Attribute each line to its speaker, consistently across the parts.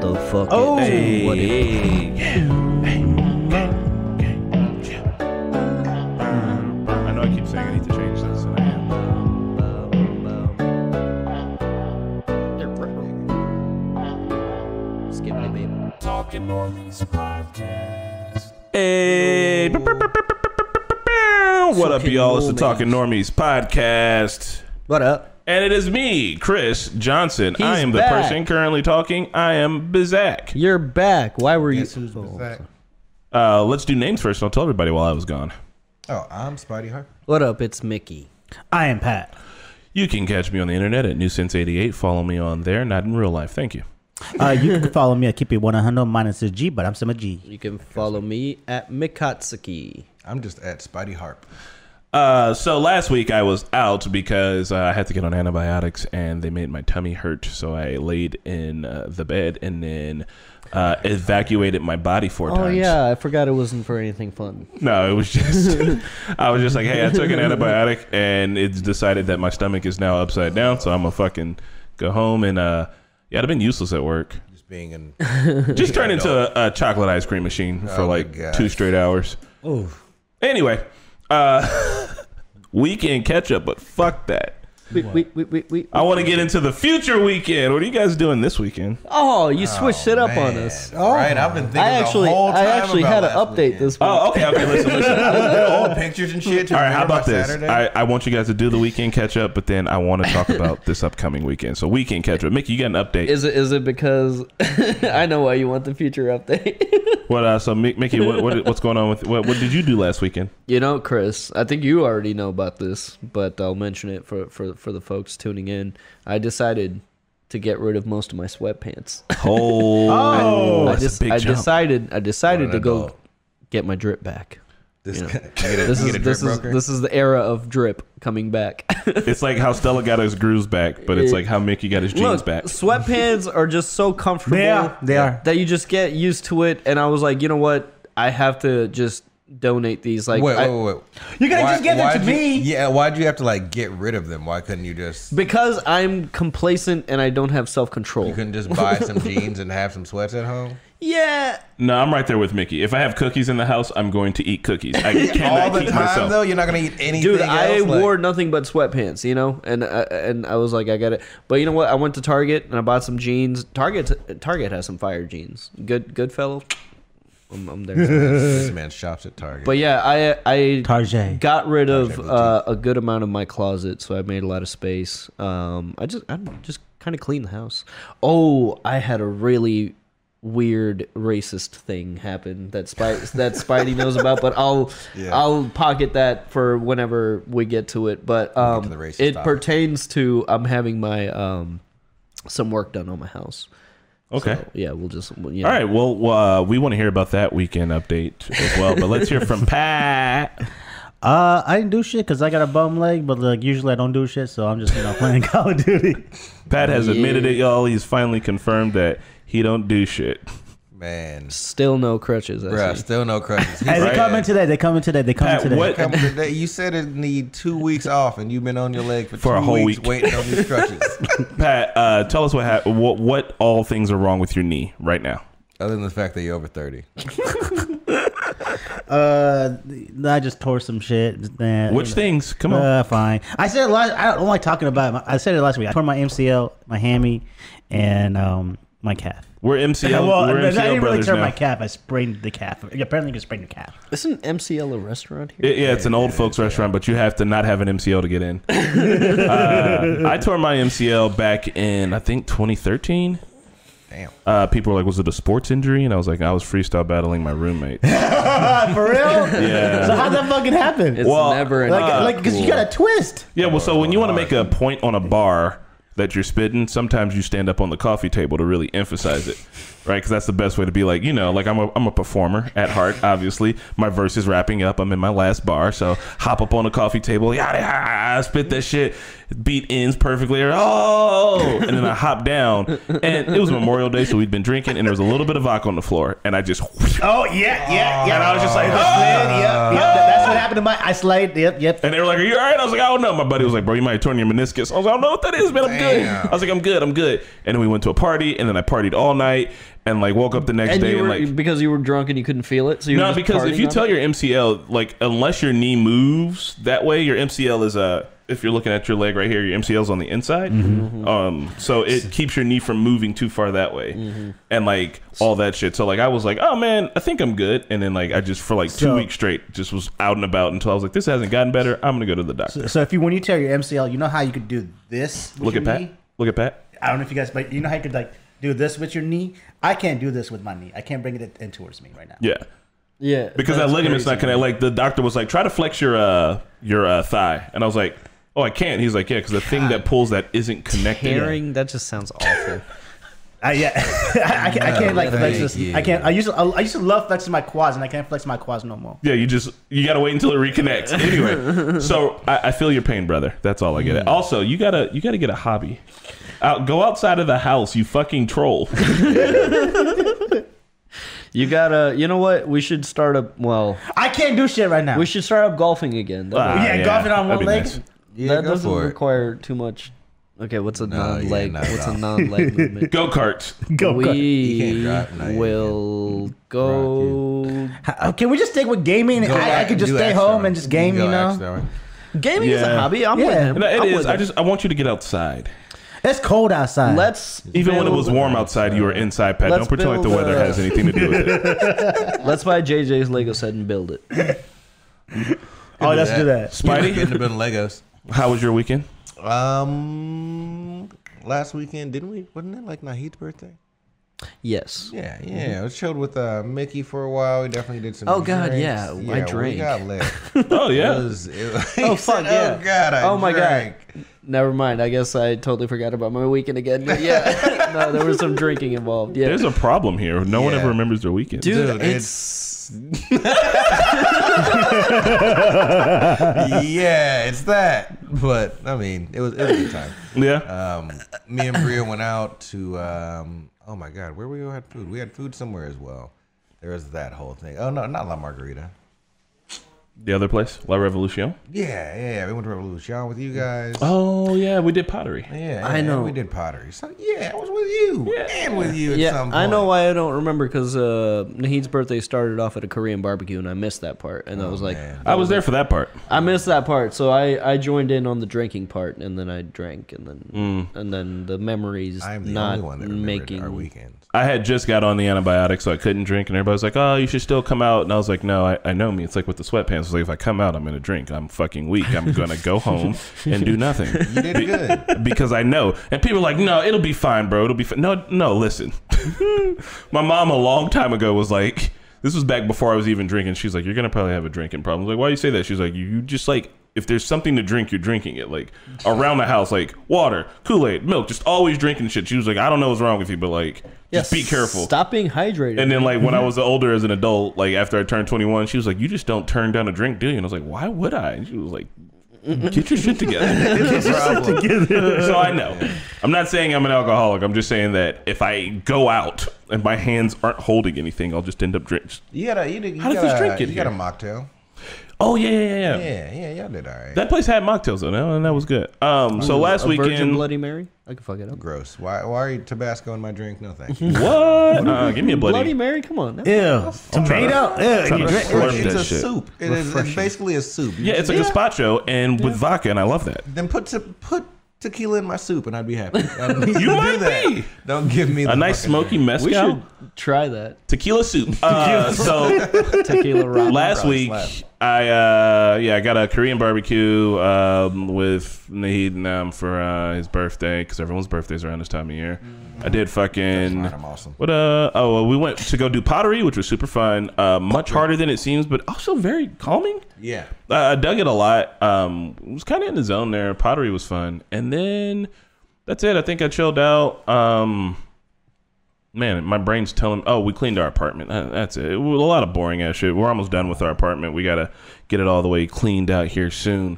Speaker 1: motherfucker.
Speaker 2: Oh.
Speaker 1: Hey. What it-
Speaker 3: I know I keep saying I need to change this, and I am.
Speaker 4: Skip it, babe.
Speaker 3: Hey, what up,
Speaker 1: Fucking
Speaker 3: y'all? It's the
Speaker 1: normies.
Speaker 3: Talking Normies podcast.
Speaker 4: What up?
Speaker 3: And it is me, Chris Johnson. I am the
Speaker 4: back.
Speaker 3: person currently talking. I am Bizak.
Speaker 4: You're back. Why were you?
Speaker 2: Who's with that?
Speaker 3: Uh, let's do names first, and I'll tell everybody while I was gone.
Speaker 2: Oh, I'm Spidey Harper.
Speaker 4: What up? It's Mickey.
Speaker 5: I am Pat.
Speaker 3: You can catch me on the internet at nuisance88. Follow me on there, not in real life. Thank you.
Speaker 5: Uh, you can follow me at Keep It 100 minus a G, but I'm still a G.
Speaker 4: You can follow me at Mikatsuki.
Speaker 2: I'm just at Spidey Harp.
Speaker 3: Uh, so last week I was out because uh, I had to get on antibiotics and they made my tummy hurt. So I laid in uh, the bed and then uh, evacuated my body four
Speaker 4: Oh
Speaker 3: times.
Speaker 4: yeah, I forgot it wasn't for anything fun.
Speaker 3: No, it was just I was just like, hey, I took an antibiotic and it's decided that my stomach is now upside down, so I'm gonna fucking go home and uh yeah, I'd have been useless at work.
Speaker 2: Just being in.
Speaker 3: Just turned into a, a chocolate ice cream machine for
Speaker 2: Oh, my
Speaker 3: like
Speaker 2: God.
Speaker 3: two straight hours. Oh. Anyway, uh weekend catch up, but fuck that.
Speaker 4: Wait, wait, wait, wait, wait.
Speaker 3: I want to get into the future weekend. What are you guys doing this weekend?
Speaker 4: Oh, you switched it up on
Speaker 2: Oh, Man.
Speaker 4: us.
Speaker 2: Right, I've been thinking
Speaker 4: I actually,
Speaker 2: the whole
Speaker 4: I
Speaker 2: time
Speaker 4: actually
Speaker 2: about
Speaker 4: had an
Speaker 2: last
Speaker 4: update
Speaker 2: weekend.
Speaker 4: this week.
Speaker 3: Oh, okay, okay. Listen, listen.
Speaker 2: Old pictures and shit. to
Speaker 3: All right, how
Speaker 2: remember
Speaker 3: about
Speaker 2: by
Speaker 3: this?
Speaker 2: Saturday.
Speaker 3: I, I want you guys to do the weekend catch up, but then I want to talk about this upcoming weekend. So weekend catch up. Mickey, you got an update.
Speaker 4: Is it is it because I know why you want the future update?
Speaker 3: what? Uh, so Mi- Mickey, what, what, what's going on with what, what did you do last weekend?
Speaker 4: you know, Chris, I think you already know about this, but I'll mention it for for for the folks tuning in. I decided to get rid of most of my sweatpants.
Speaker 3: Oh,
Speaker 4: I,
Speaker 3: that's
Speaker 4: just,
Speaker 3: a big
Speaker 4: I
Speaker 3: jump.
Speaker 4: decided I decided
Speaker 2: What
Speaker 4: to
Speaker 2: an
Speaker 4: go
Speaker 2: adult.
Speaker 4: get my drip back.
Speaker 2: This,
Speaker 4: you know.
Speaker 2: you get a,
Speaker 4: This
Speaker 2: you
Speaker 4: is
Speaker 2: get a
Speaker 4: this
Speaker 2: drip
Speaker 4: is
Speaker 2: broker?
Speaker 4: this is the era of drip coming back.
Speaker 3: It's like how Stella got his grooves back, but it's
Speaker 4: It-
Speaker 3: like how Mickey got his jeans
Speaker 4: Look,
Speaker 3: back.
Speaker 4: sweatpants are just so comfortable.
Speaker 5: They are. They are.
Speaker 4: That you just get used to it. And I was like, you know what? I have to just donate these. Like,
Speaker 2: wait,
Speaker 4: I-
Speaker 2: wait, wait, wait.
Speaker 5: You could have just given it
Speaker 2: why'd
Speaker 5: to
Speaker 2: you-
Speaker 5: me.
Speaker 2: Yeah, why'd you have to like get rid of them? Why couldn't you just?
Speaker 4: because I'm complacent and I don't have self
Speaker 2: You
Speaker 4: control.
Speaker 2: couldn't just buy some jeans and have some sweats at home.
Speaker 4: Yeah.
Speaker 3: No, I'm right there with Mickey. If I have cookies in the house, I'm going to eat cookies. I cannot
Speaker 2: All the
Speaker 3: keep
Speaker 2: time
Speaker 3: myself.
Speaker 2: though, you're not gonna eat anything.
Speaker 4: Dude, I
Speaker 2: else, like-
Speaker 4: wore nothing but sweatpants, you know, and uh, and I was like, I got it. But you know what? I went to Target and I bought some jeans. Target Target has some fire jeans. Good good fellow. I'm, I'm there.
Speaker 2: This man shops at Target.
Speaker 4: but yeah, I I
Speaker 5: Tarjay.
Speaker 4: got rid of
Speaker 2: Boutique.
Speaker 4: uh, a good amount of my closet, so I made a lot of space. Um, I just I don't- just kind of cleaned the house. Oh, I had a really weird racist thing happen that Spidey, that Spidey knows about, but I'll
Speaker 2: Yeah.
Speaker 4: I'll pocket that for whenever we get to it. But um,
Speaker 2: the racist
Speaker 4: it
Speaker 2: topic.
Speaker 4: pertains to I'm having my um some work done on my house.
Speaker 3: Okay.
Speaker 4: So, yeah, we'll just well, yeah.
Speaker 3: All right. Well, uh, we want to hear about that weekend update as well, but let's hear from Pat.
Speaker 5: Uh, I didn't do shit because I got a bum leg, but like usually I don't do shit, so I'm just you know playing Call of Duty.
Speaker 3: Pat has admitted
Speaker 4: Yeah.
Speaker 3: it, y'all. He's finally confirmed that he don't do shit.
Speaker 2: man,
Speaker 4: Still no crutches. I
Speaker 2: bruh,
Speaker 4: see.
Speaker 2: still no crutches.
Speaker 5: Hey, they come in today. They come in today. They come in
Speaker 3: Pat,
Speaker 5: today.
Speaker 3: what?
Speaker 2: Come today. You said it need two weeks off, and you've been on your leg for,
Speaker 3: For
Speaker 2: two
Speaker 3: a whole
Speaker 2: weeks
Speaker 3: week.
Speaker 2: waiting on these crutches.
Speaker 3: Pat, uh, tell us what, hap what what all things are wrong with your knee right now.
Speaker 2: Other than the fact that you're over thirty,
Speaker 5: Uh, I just tore some shit. Nah,
Speaker 3: Which things? Come on.
Speaker 5: Uh, fine. I said it last. I don't like talking about. It. I said it last week. I tore my MCL, my hammy, and um my calf.
Speaker 3: we're MCL.
Speaker 5: well,
Speaker 3: we're
Speaker 5: I
Speaker 3: MCL
Speaker 5: didn't really
Speaker 3: brothers
Speaker 5: tear
Speaker 3: now.
Speaker 5: my calf. I sprained the calf. Apparently, you can sprain your calf.
Speaker 4: Isn't MCL a restaurant here?
Speaker 3: It- yeah, it's an old folks restaurant, but you have to not have an MCL to get in. uh, I tore my MCL back in I think 2013.
Speaker 2: damn.
Speaker 3: Uh, people were like, "Was it a sports injury?" And I was like, "I was freestyle battling my roommate."
Speaker 5: For real?
Speaker 3: Yeah.
Speaker 5: So how'd that fucking happen?
Speaker 4: It's
Speaker 3: Well,
Speaker 4: never an
Speaker 5: like, like, cause you got a twist.
Speaker 3: Yeah, well, so when you want to make a point on a bar that you're spitting, sometimes you stand up on the coffee table to really emphasize it, right? Because that's the best way to be like, you know, like I'm a, I'm a performer at heart, obviously. My verse is wrapping up. I'm in my last bar, so hop up on the coffee table, yada, yada, yada, spit that shit. Beat ends perfectly. Oh, and then I hop down, and it was Memorial Day, so we'd been drinking, and there was a little bit of vodka on the floor, and I just.
Speaker 5: Oh yeah, yeah, yeah.
Speaker 3: And I was just like, oh,
Speaker 5: Ah. yeah, yeah. That- that's That's what happened to my. I slayed. Yep, yep.
Speaker 3: And they were like, "Are you all right?" I was like, "I don't know." My buddy was like, "Bro, you might have torn your meniscus." I was like, "I don't know what that is, man. I'm
Speaker 2: Damn.
Speaker 3: good." I was like, "I'm good. I'm good." And then we went to a party, and then I partied all night, and like woke up the next
Speaker 4: And
Speaker 3: day,
Speaker 4: you were,
Speaker 3: and like
Speaker 4: because you were drunk and you couldn't feel it, so you were
Speaker 3: no,
Speaker 4: just
Speaker 3: because if
Speaker 4: partying
Speaker 3: you
Speaker 4: on
Speaker 3: tell
Speaker 4: it?
Speaker 3: your MCL like unless your knee moves that way, your MCL is Uh, if you're looking at your leg right here, your MCL's on the inside.
Speaker 4: Mm-hmm.
Speaker 3: Um, so it keeps your knee from moving too far that way.
Speaker 4: Mm-hmm.
Speaker 3: And like all that shit. So like I was like, oh man, I think I'm good. And then like I just for like two
Speaker 5: So-
Speaker 3: weeks straight just was out and about until I was like, this hasn't gotten better. I'm gonna go to the doctor.
Speaker 5: So if you when you tear your MCL, you know how you could do this. With
Speaker 3: Look
Speaker 5: your
Speaker 3: at Pat.
Speaker 5: knee?
Speaker 3: Look at Pat.
Speaker 5: I don't know if you guys, but you know how you could like do this with your knee. I can't do this with my knee. I can't bring it in towards me right now.
Speaker 3: Yeah.
Speaker 4: yeah,
Speaker 3: Because
Speaker 4: that's
Speaker 3: that ligament's
Speaker 4: crazy.
Speaker 3: not connected. Like the doctor was like, try to flex your uh your uh, thigh, and I was like, oh, I can't. He's like, yeah, because the thing that pulls that isn't connected.
Speaker 4: Tearing that just sounds awful.
Speaker 5: I, yeah, I, I, can't, I can't like
Speaker 2: No,
Speaker 5: flex
Speaker 2: thank
Speaker 5: this.
Speaker 2: you.
Speaker 5: I can't. I used to, I used to love flexing my quads, and I can't flex my quads no more.
Speaker 3: Yeah, you just you gotta wait until it reconnects. Anyway, so I, I feel your pain, brother. That's all I get.
Speaker 4: Hmm.
Speaker 3: At. Also, you gotta you gotta get a hobby. Out, go outside of the house, you fucking troll.
Speaker 4: you gotta, you know what? We should start up. Well,
Speaker 5: I can't do shit right now.
Speaker 4: we should start up golfing again. That,
Speaker 3: Ah,
Speaker 5: yeah, golfing on
Speaker 3: that'd
Speaker 5: one
Speaker 3: be
Speaker 5: leg.
Speaker 3: nice.
Speaker 2: Yeah,
Speaker 4: that
Speaker 2: go
Speaker 4: doesn't
Speaker 2: for it.
Speaker 4: require too much. Okay, what's a
Speaker 2: No, yeah,
Speaker 4: non-leg?
Speaker 2: no,
Speaker 4: what's a
Speaker 2: no.
Speaker 4: non-leg movement?
Speaker 3: Go karts.
Speaker 5: Go. go.
Speaker 4: we
Speaker 2: can't drive, no, you
Speaker 4: will go.
Speaker 5: Uh, Can we just stick with gaming?
Speaker 2: Go
Speaker 5: I, I
Speaker 2: act-
Speaker 5: could just
Speaker 2: do
Speaker 5: stay
Speaker 2: act
Speaker 5: home
Speaker 2: star.
Speaker 5: and just game. You
Speaker 2: Go act
Speaker 5: know,
Speaker 2: star.
Speaker 4: Gaming is a
Speaker 3: Yeah.
Speaker 4: hobby. I'm
Speaker 5: Yeah.
Speaker 4: with him.
Speaker 3: No, it
Speaker 4: I'm
Speaker 3: is.
Speaker 4: with
Speaker 3: I
Speaker 4: him.
Speaker 3: just I want you to get outside.
Speaker 5: it's cold outside.
Speaker 4: let's
Speaker 3: Even when it
Speaker 4: build-
Speaker 3: was warm outside, you were inside, Pat.
Speaker 4: Let's
Speaker 3: Don't pretend like the
Speaker 4: build,
Speaker 3: weather
Speaker 4: uh,
Speaker 3: has anything to do with it.
Speaker 4: Let's buy JJ's Lego set and build it.
Speaker 5: oh, let's do that.
Speaker 3: Spidey?
Speaker 2: Getting a bit of Legos.
Speaker 3: How was your weekend?
Speaker 2: Um, last weekend didn't we? Wasn't it like Nahid's birthday?
Speaker 4: Yes.
Speaker 2: Yeah,
Speaker 5: Mm-hmm.
Speaker 2: yeah. I chilled with uh, Mickey for a while. We definitely did some.
Speaker 4: Oh, God,
Speaker 2: drinks.
Speaker 4: yeah, I drank.
Speaker 2: We got lit.
Speaker 3: Oh
Speaker 2: It
Speaker 3: yeah.
Speaker 2: was- it was-
Speaker 4: Oh, fuck, yeah.
Speaker 2: Oh God, I
Speaker 4: Oh, my God.
Speaker 2: drank.
Speaker 4: Never mind. I guess I totally forgot about my weekend again. But yeah, no, there was some drinking involved. Yeah,
Speaker 3: There's a problem here. No one
Speaker 2: Yeah.
Speaker 3: ever remembers their weekend.
Speaker 4: dude,
Speaker 2: dude,
Speaker 4: it's,
Speaker 2: yeah, it's that. But I mean, it was it was a good time.
Speaker 3: Yeah.
Speaker 2: Um, me and Bria went out to um, oh my god, where we all had food. We had food somewhere as well. There was that whole thing. Oh no, not La Margarita.
Speaker 3: The other place, La Revolution.
Speaker 2: Yeah, yeah, yeah. We went to Revolution with you guys.
Speaker 3: Oh yeah, we did pottery.
Speaker 2: Yeah,
Speaker 4: I
Speaker 2: yeah,
Speaker 4: know.
Speaker 2: We did pottery. So yeah, I was with you and with you at some
Speaker 4: yeah.
Speaker 2: point.
Speaker 4: I know why I don't remember because uh, Nahid's birthday started off at a Korean barbecue and I missed that part. And I was like,
Speaker 2: Oh, man.
Speaker 3: I was there for that part.
Speaker 4: I missed that part, so I, I joined in on the drinking part and then I drank and then and then the memories
Speaker 2: Mm. I'm the
Speaker 4: not
Speaker 2: only one that remembered
Speaker 4: making
Speaker 2: our weekend.
Speaker 3: I had just got on the antibiotic, so I couldn't drink, and everybody was like, "Oh, you should still come out." And I was like, "No, I, I know me. It's like with the sweatpants. It's like if I come out, I'm gonna drink. I'm fucking weak. I'm gonna go home and do nothing."
Speaker 2: You did good.
Speaker 3: because I know. And people are like, no, it'll be fine, bro. It'll be fine. No, no, listen. My mom a long time ago was like, this was back before I was even drinking. She's like, you're going to probably have a drinking problem. I was like, why you say that? She's like, you, you just like, if there's something to drink, you're drinking it. Like around the house, like water, Kool Aid, milk, just always drinking shit. She was like, I don't know what's wrong with you, but like, just be careful.
Speaker 4: Stop being hydrated.
Speaker 3: And then, like, when I was older as an adult, like, after I turned 21, she was like, You just don't turn down a drink, do you? And I was like, Why would I? And she was like, Get your shit together
Speaker 2: It's a problem.
Speaker 3: so I know. I'm not saying I'm an alcoholic. I'm just saying that if I go out and my hands aren't holding anything, I'll just end up drinking.
Speaker 2: You got a you, did, you
Speaker 3: How does
Speaker 2: got
Speaker 3: this
Speaker 2: a,
Speaker 3: drink get
Speaker 2: you got a
Speaker 3: here?
Speaker 2: mocktail.
Speaker 3: Oh yeah, yeah, yeah, yeah.
Speaker 2: Yeah, yeah, y'all did all right.
Speaker 3: That place had mocktails though, no, and that was good. Um, so last
Speaker 4: a Virgin
Speaker 3: weekend,
Speaker 4: Bloody Mary. I can fuck it up.
Speaker 2: Gross. Why why are you Tabasco in my drink? No thank you.
Speaker 3: what? Uh, give me a
Speaker 4: Bloody
Speaker 3: bloody.
Speaker 4: Mary, come on.
Speaker 5: Ew,
Speaker 4: That's
Speaker 5: tomato. Ew,
Speaker 3: trying
Speaker 5: you
Speaker 3: to
Speaker 5: drink-
Speaker 3: slurp
Speaker 2: it's
Speaker 3: that
Speaker 2: a
Speaker 3: shit.
Speaker 2: soup. It is it's basically a soup. You
Speaker 3: Yeah,
Speaker 2: just-
Speaker 3: it's a gazpacho and with vodka, and I love that.
Speaker 2: then put te- put tequila in my soup and I'd be happy. I don't need
Speaker 3: You
Speaker 2: to do
Speaker 3: might
Speaker 2: that.
Speaker 3: be.
Speaker 2: Don't give me
Speaker 3: A
Speaker 2: the
Speaker 3: nice
Speaker 2: fucking-
Speaker 3: smoky
Speaker 4: We
Speaker 3: mezcal,
Speaker 4: should try that.
Speaker 3: tequila soup. Uh, so
Speaker 4: Tequila rock.
Speaker 3: last week
Speaker 2: slap.
Speaker 3: I uh yeah I got a Korean barbecue um with Nahid and um for uh, his birthday because everyone's birthdays around this time of year. I did fucking
Speaker 2: That's right, I'm awesome.
Speaker 3: What uh oh well, we went to go do pottery which was super fun. Uh, much harder than it seems but also very calming.
Speaker 2: Yeah.
Speaker 3: Uh, I dug it a lot. Um, was kind of in the zone there. Pottery was fun, and then that's it. I think I chilled out. Um, man, my brain's telling. Oh, we cleaned our apartment. Uh, that's it. it was a lot of boring ass shit. We're almost done with our apartment. We gotta get it all the way cleaned out here soon.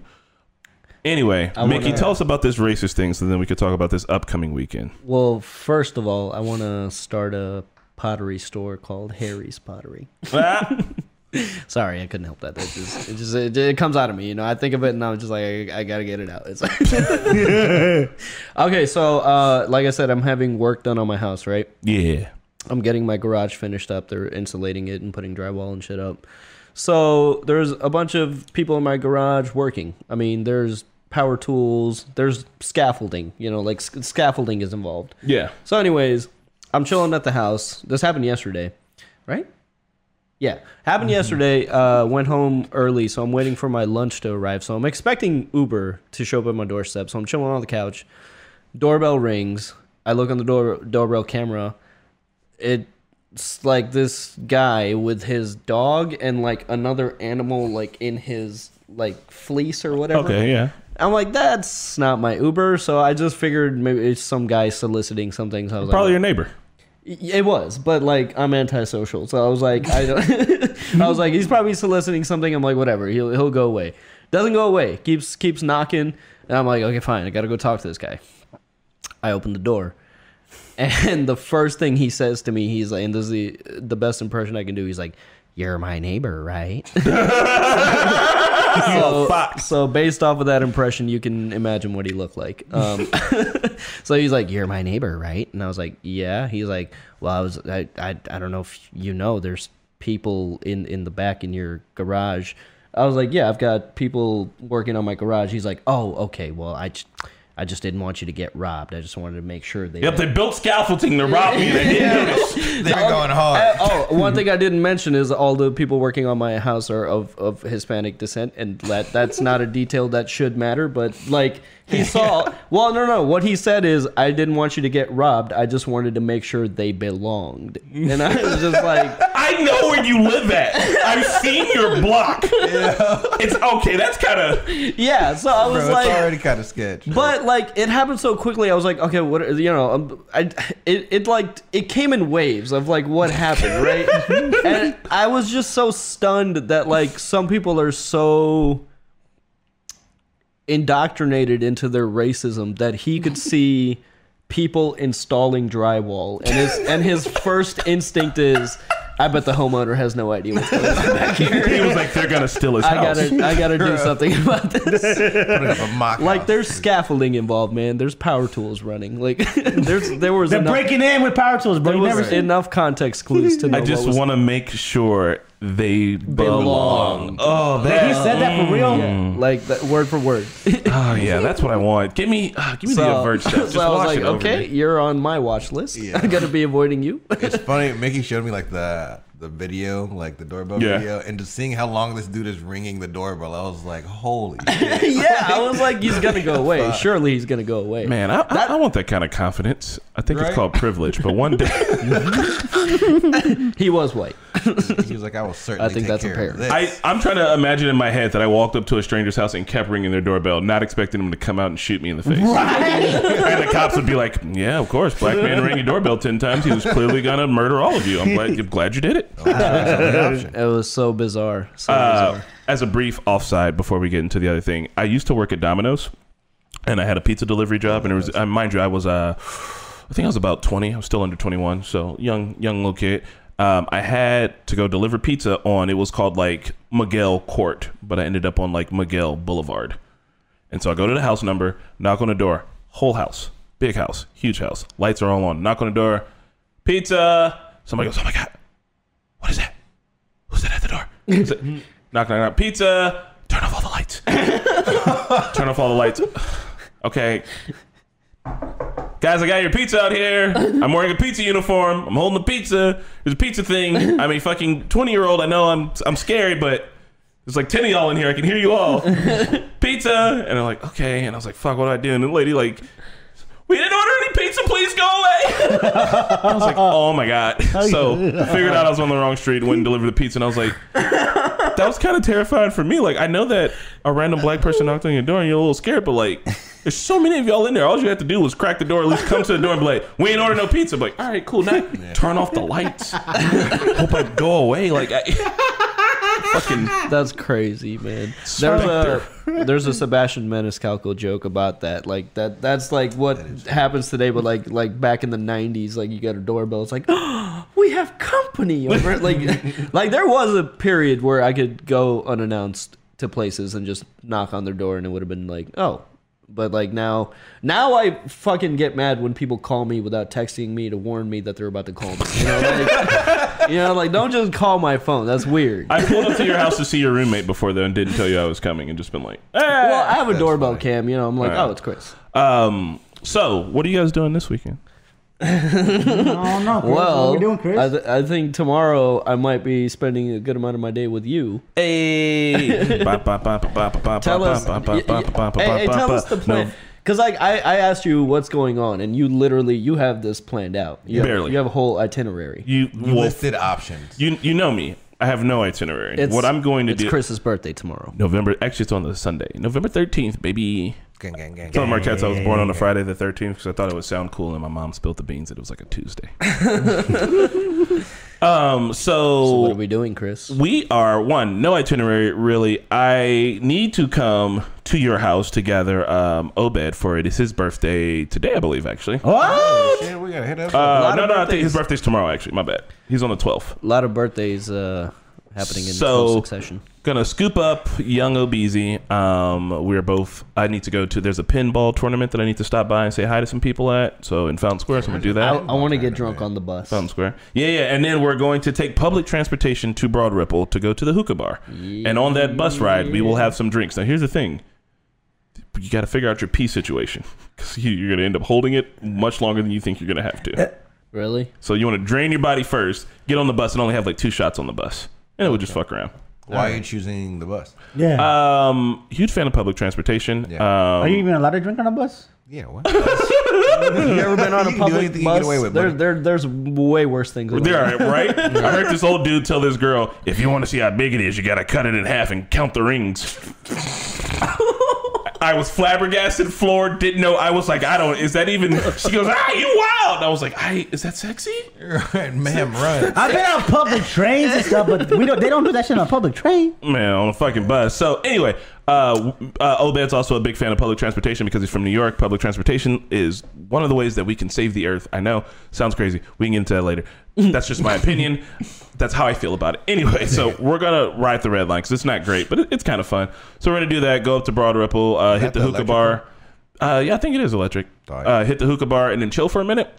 Speaker 3: Anyway, Mickey, tell us about this racist thing, so then we could talk about this upcoming weekend.
Speaker 4: Well, first of all, I want to start a pottery store called Harry's Pottery.
Speaker 3: Ah,
Speaker 4: Sorry, I couldn't help that. It just, it just, it, it comes out of me. You know, I think of it and I'm just like, I, I gotta get it out. It's like- okay. So, uh, like I said, I'm having work done on my house, right?
Speaker 3: Yeah.
Speaker 4: I'm getting my garage finished up. They're insulating it and putting drywall and shit up. So there's a bunch of people in my garage working. I mean, there's power tools, there's scaffolding. You know, like sc- scaffolding is involved.
Speaker 3: Yeah.
Speaker 4: So, anyways, I'm chilling at the house. This happened yesterday, right? Yeah, happened yesterday. Uh, went home early, so I'm waiting for my lunch to arrive. So I'm expecting Uber to show up at my doorstep. So I'm chilling on the couch. Doorbell rings. I look on the door doorbell camera. It's like this guy with his dog and like another animal like in his like fleece or whatever.
Speaker 3: Okay. Yeah.
Speaker 4: I'm like, that's not my Uber. So I just figured maybe it's some guy soliciting something. So I was
Speaker 3: Probably your
Speaker 4: like, "Oh."
Speaker 3: neighbor.
Speaker 4: it was, but like I'm antisocial. So I was like, I, don't, I was like, he's probably soliciting something. I'm like, whatever. He'll he'll go away. Doesn't go away. Keeps keeps knocking. And I'm like, okay, fine. I gotta go talk to this guy. I open the door. And the first thing he says to me, he's like, and this is the, the best impression I can do. He's like, "You're my neighbor, right?" so, so based off of that impression, you can imagine what he looked like. Um, so he's like, "You're my neighbor, right?" And I was like, "Yeah." He's like, "Well, I was, I, I, I don't know if you know, there's people in in the back in your garage." I was like, "Yeah, I've got people working on my garage." He's like, "Oh, okay. Well, I, j- I just didn't want you to get robbed. I just wanted to make sure they."
Speaker 3: Yep. They built scaffolding to rob me. They didn't notice.
Speaker 2: They're going hard.
Speaker 4: Uh, oh, one thing I didn't mention is all the people working on my house are of, of Hispanic descent, and that that's not a detail that should matter. But like he saw, well, no, no. What he said is, I didn't want you to get robbed. I just wanted to make sure they belonged, and I was just like,
Speaker 3: I know where you live at. I've seen your block. It's okay. That's kind of.
Speaker 4: yeah. So I was
Speaker 2: Bro,
Speaker 4: like,
Speaker 2: it's already kind of sketch.
Speaker 4: But like it happened so quickly, I was like, okay, what? You know, um, I it, it like it came in waves of like what happened, right? and I was just so stunned that like some people are so indoctrinated into their racism that he could see people installing drywall, and his and his first instinct is, I bet the homeowner has no idea what's going on back here.
Speaker 3: He was like, they're gonna steal his
Speaker 4: I
Speaker 3: house.
Speaker 4: gotta, I gotta do something about this.
Speaker 2: Put up a mock
Speaker 4: Like
Speaker 2: house.
Speaker 4: there's scaffolding involved, man. There's power tools running. Like there's there was
Speaker 5: They're
Speaker 4: enough,
Speaker 5: breaking in with power tools, bro.
Speaker 4: there
Speaker 5: You never
Speaker 4: was
Speaker 5: seen.
Speaker 4: enough context clues to know.
Speaker 3: I just
Speaker 4: what was,
Speaker 3: want to make sure they
Speaker 4: belong.
Speaker 3: belong. Oh, that.
Speaker 5: He said that for real.
Speaker 3: Mm.
Speaker 4: like that word for word.
Speaker 3: Oh yeah, that's what I want. Give me, uh, give me the avert stuff. Just
Speaker 4: so I was
Speaker 3: wash
Speaker 4: like,
Speaker 3: it over
Speaker 4: okay,
Speaker 3: me.
Speaker 4: you're on my watch list. I'm gonna be avoiding you.
Speaker 2: It's funny. Mickey showed me like the the video, like the doorbell
Speaker 3: Yeah.
Speaker 2: video, and just seeing how long this dude is ringing the doorbell, I was like, holy shit.
Speaker 4: yeah, I was like, he's gonna go away. Surely he's gonna go away.
Speaker 3: Man, I, I, I want that kind of confidence. I think
Speaker 2: Right?
Speaker 3: it's called privilege. But one day,
Speaker 4: He was white.
Speaker 2: He was like, I will certainly.
Speaker 4: I think
Speaker 2: take
Speaker 4: that's
Speaker 2: care
Speaker 4: imperative.
Speaker 2: Of this.
Speaker 3: I, I'm trying to imagine in my head that I walked up to a stranger's house and kept ringing their doorbell, not expecting them to come out and shoot me in the face. and the cops would be like, "Yeah, of course, black man rang your doorbell ten times. He was clearly gonna murder all of you. I'm glad, I'm glad you did it."
Speaker 4: It was so bizarre. So
Speaker 3: Uh, as a brief offside before we get into the other thing, I used to work at Domino's, and I had a pizza delivery job, and it was, uh, mind you, I was, uh, I think I was about twenty. I was still under twenty-one, so young, young little kid. Um, I had to go deliver pizza on. It was called like Miguel Court, but I ended up on like Miguel Boulevard. And so I go to the house number, knock on the door, whole house, big house, huge house, lights are all on. Knock on the door, pizza. Somebody goes, oh my god, what is that? Who's that at the door? Is it- knock, knock, knock. Pizza. Turn off all the lights. Turn off all the lights. Okay. Guys, I got your pizza out here. I'm wearing a pizza uniform. I'm holding a pizza. There's a pizza thing. I'm a fucking 20 year old. I know I'm I'm scary, but there's like 10 of y'all in here. I can hear you all. pizza. And I'm like, okay. And I was like, fuck, what do I do? And the lady like, we didn't order any pizza. Please go away. I was like, oh my god. So I figured out I was on the wrong street and went and delivered the pizza. And I was like, that was kind of terrifying for me. Like, I know that a random black person knocked on your door and you're a little scared, but like, there's so many of y'all in there. All you have to do was crack the door, at least come to the door and be like, we ain't order no pizza. But like, all right, cool. Now turn off the lights. Hope I go away. Like, I, Fucking
Speaker 4: That's crazy, man. There's a there's a Sebastian Maniscalco joke about that. Like that that's like what happens today, but like like back in the '90s, like you got a doorbell. It's like we have company over. like like there was a period where I could go unannounced to places and just knock on their door, and it would have been like oh. But like now, now I fucking get mad when people call me without texting me to warn me that they're about to call me. You know, like, you know, like don't just call my phone. That's weird.
Speaker 3: I pulled up to your house to see your roommate before though, and didn't tell you I was coming, and just been like, "Eh." "Hey."
Speaker 4: Well, I have a doorbell
Speaker 2: funny.
Speaker 4: cam. You know, I'm like,
Speaker 3: Alright.
Speaker 4: oh, it's Chris.
Speaker 3: Um, so what are you guys doing this weekend?
Speaker 5: No, no. Chris.
Speaker 4: Well,
Speaker 5: what we doing, Chris?
Speaker 4: I, th- I think tomorrow I might be spending a good amount of my day with you.
Speaker 3: Hey,
Speaker 4: Tell us, y- y- hey, hey, tell us the plan. Because like I, I asked you what's going on, and you literally you have this planned out. You have-
Speaker 3: Barely.
Speaker 4: you have a whole itinerary.
Speaker 3: You
Speaker 2: You
Speaker 3: well,
Speaker 2: listed options.
Speaker 3: you you know me. I have no itinerary.
Speaker 4: It's-
Speaker 3: what I'm going to
Speaker 4: it's
Speaker 3: do
Speaker 4: Chris's birthday tomorrow.
Speaker 3: November. Actually, it's on the Sunday, November 13th, baby.
Speaker 2: Gang, gang, gang,
Speaker 3: Tell
Speaker 2: gang.
Speaker 3: my cats I was born on a Friday the 13th because I thought it would sound cool, and my mom spilled the beans that it was like a Tuesday.
Speaker 4: So
Speaker 3: um.
Speaker 4: what
Speaker 3: So,
Speaker 4: are we doing, Chris?
Speaker 3: we are one no itinerary really. I need to come to your house to gather um, Obed for it is his birthday today, I believe. Actually,
Speaker 5: what?
Speaker 2: Shit, we gotta hit up.
Speaker 3: uh,
Speaker 4: Oh, lot
Speaker 3: no,
Speaker 4: of
Speaker 3: no, I think
Speaker 4: birthdays.
Speaker 3: his birthday's tomorrow. Actually, my bad. He's on the 12th.
Speaker 4: A lot of birthdays uh, happening in
Speaker 3: So-
Speaker 4: close succession.
Speaker 3: gonna scoop up young Obeezy. Um, we're both. I need to go to. There's a pinball tournament that I need to stop by and say hi to some people at. So in Fountain Square, so I'm gonna do
Speaker 4: I,
Speaker 3: that.
Speaker 4: I want to get drunk on the bus.
Speaker 3: Fountain Square. Yeah, yeah. And then we're going to take public transportation to Broad Ripple to go to the hookah bar. And on that bus ride, we will have some drinks. Now here's the thing. You got to figure out your pee situation because you, you're going to end up holding it much longer than you think you're going to have to.
Speaker 4: Really?
Speaker 3: So you want to drain your body first, get on the bus, and only have like two shots on the bus, and it would just fuck around.
Speaker 2: Why are you choosing the bus?
Speaker 5: Yeah.
Speaker 3: Um, huge fan of public transportation.
Speaker 2: Yeah.
Speaker 3: Um,
Speaker 5: Are you even allowed to drink on a bus?
Speaker 2: Yeah, what? you ever been on a
Speaker 4: Public
Speaker 2: you can get away with,
Speaker 4: there,
Speaker 2: buddy.
Speaker 4: there, there's way worse things. in
Speaker 3: there
Speaker 4: life.
Speaker 3: are right. I heard this old dude tell this girl, "If you want to see how big it is, you gotta cut it in half and count the rings." I was flabbergasted, floored, didn't know. I was like, "I don't." Is that even? She goes, "Ah, you wild!" I was like, "I is that sexy?"
Speaker 2: Right, ma'am, run.
Speaker 5: I've been on public trains and stuff, but we don't. They don't do that shit on a public train.
Speaker 3: Man, on a fucking bus. So anyway, uh, uh, Obed's also a big fan of public transportation because he's from New York. Public transportation is one of the ways that we can save the earth. I know sounds crazy. We can get into that later. That's just my opinion. That's how I feel about it. Anyway, so we're gonna ride the red line because it's not great, but it, it's kind of fun. So we're gonna do that. Go up to Broad Ripple, uh, hit
Speaker 2: that
Speaker 3: the
Speaker 2: the
Speaker 3: hookah
Speaker 2: electric
Speaker 3: bar. Uh, yeah, I think it is electric.
Speaker 2: All right.
Speaker 3: Uh, hit the hookah bar and then chill for a minute,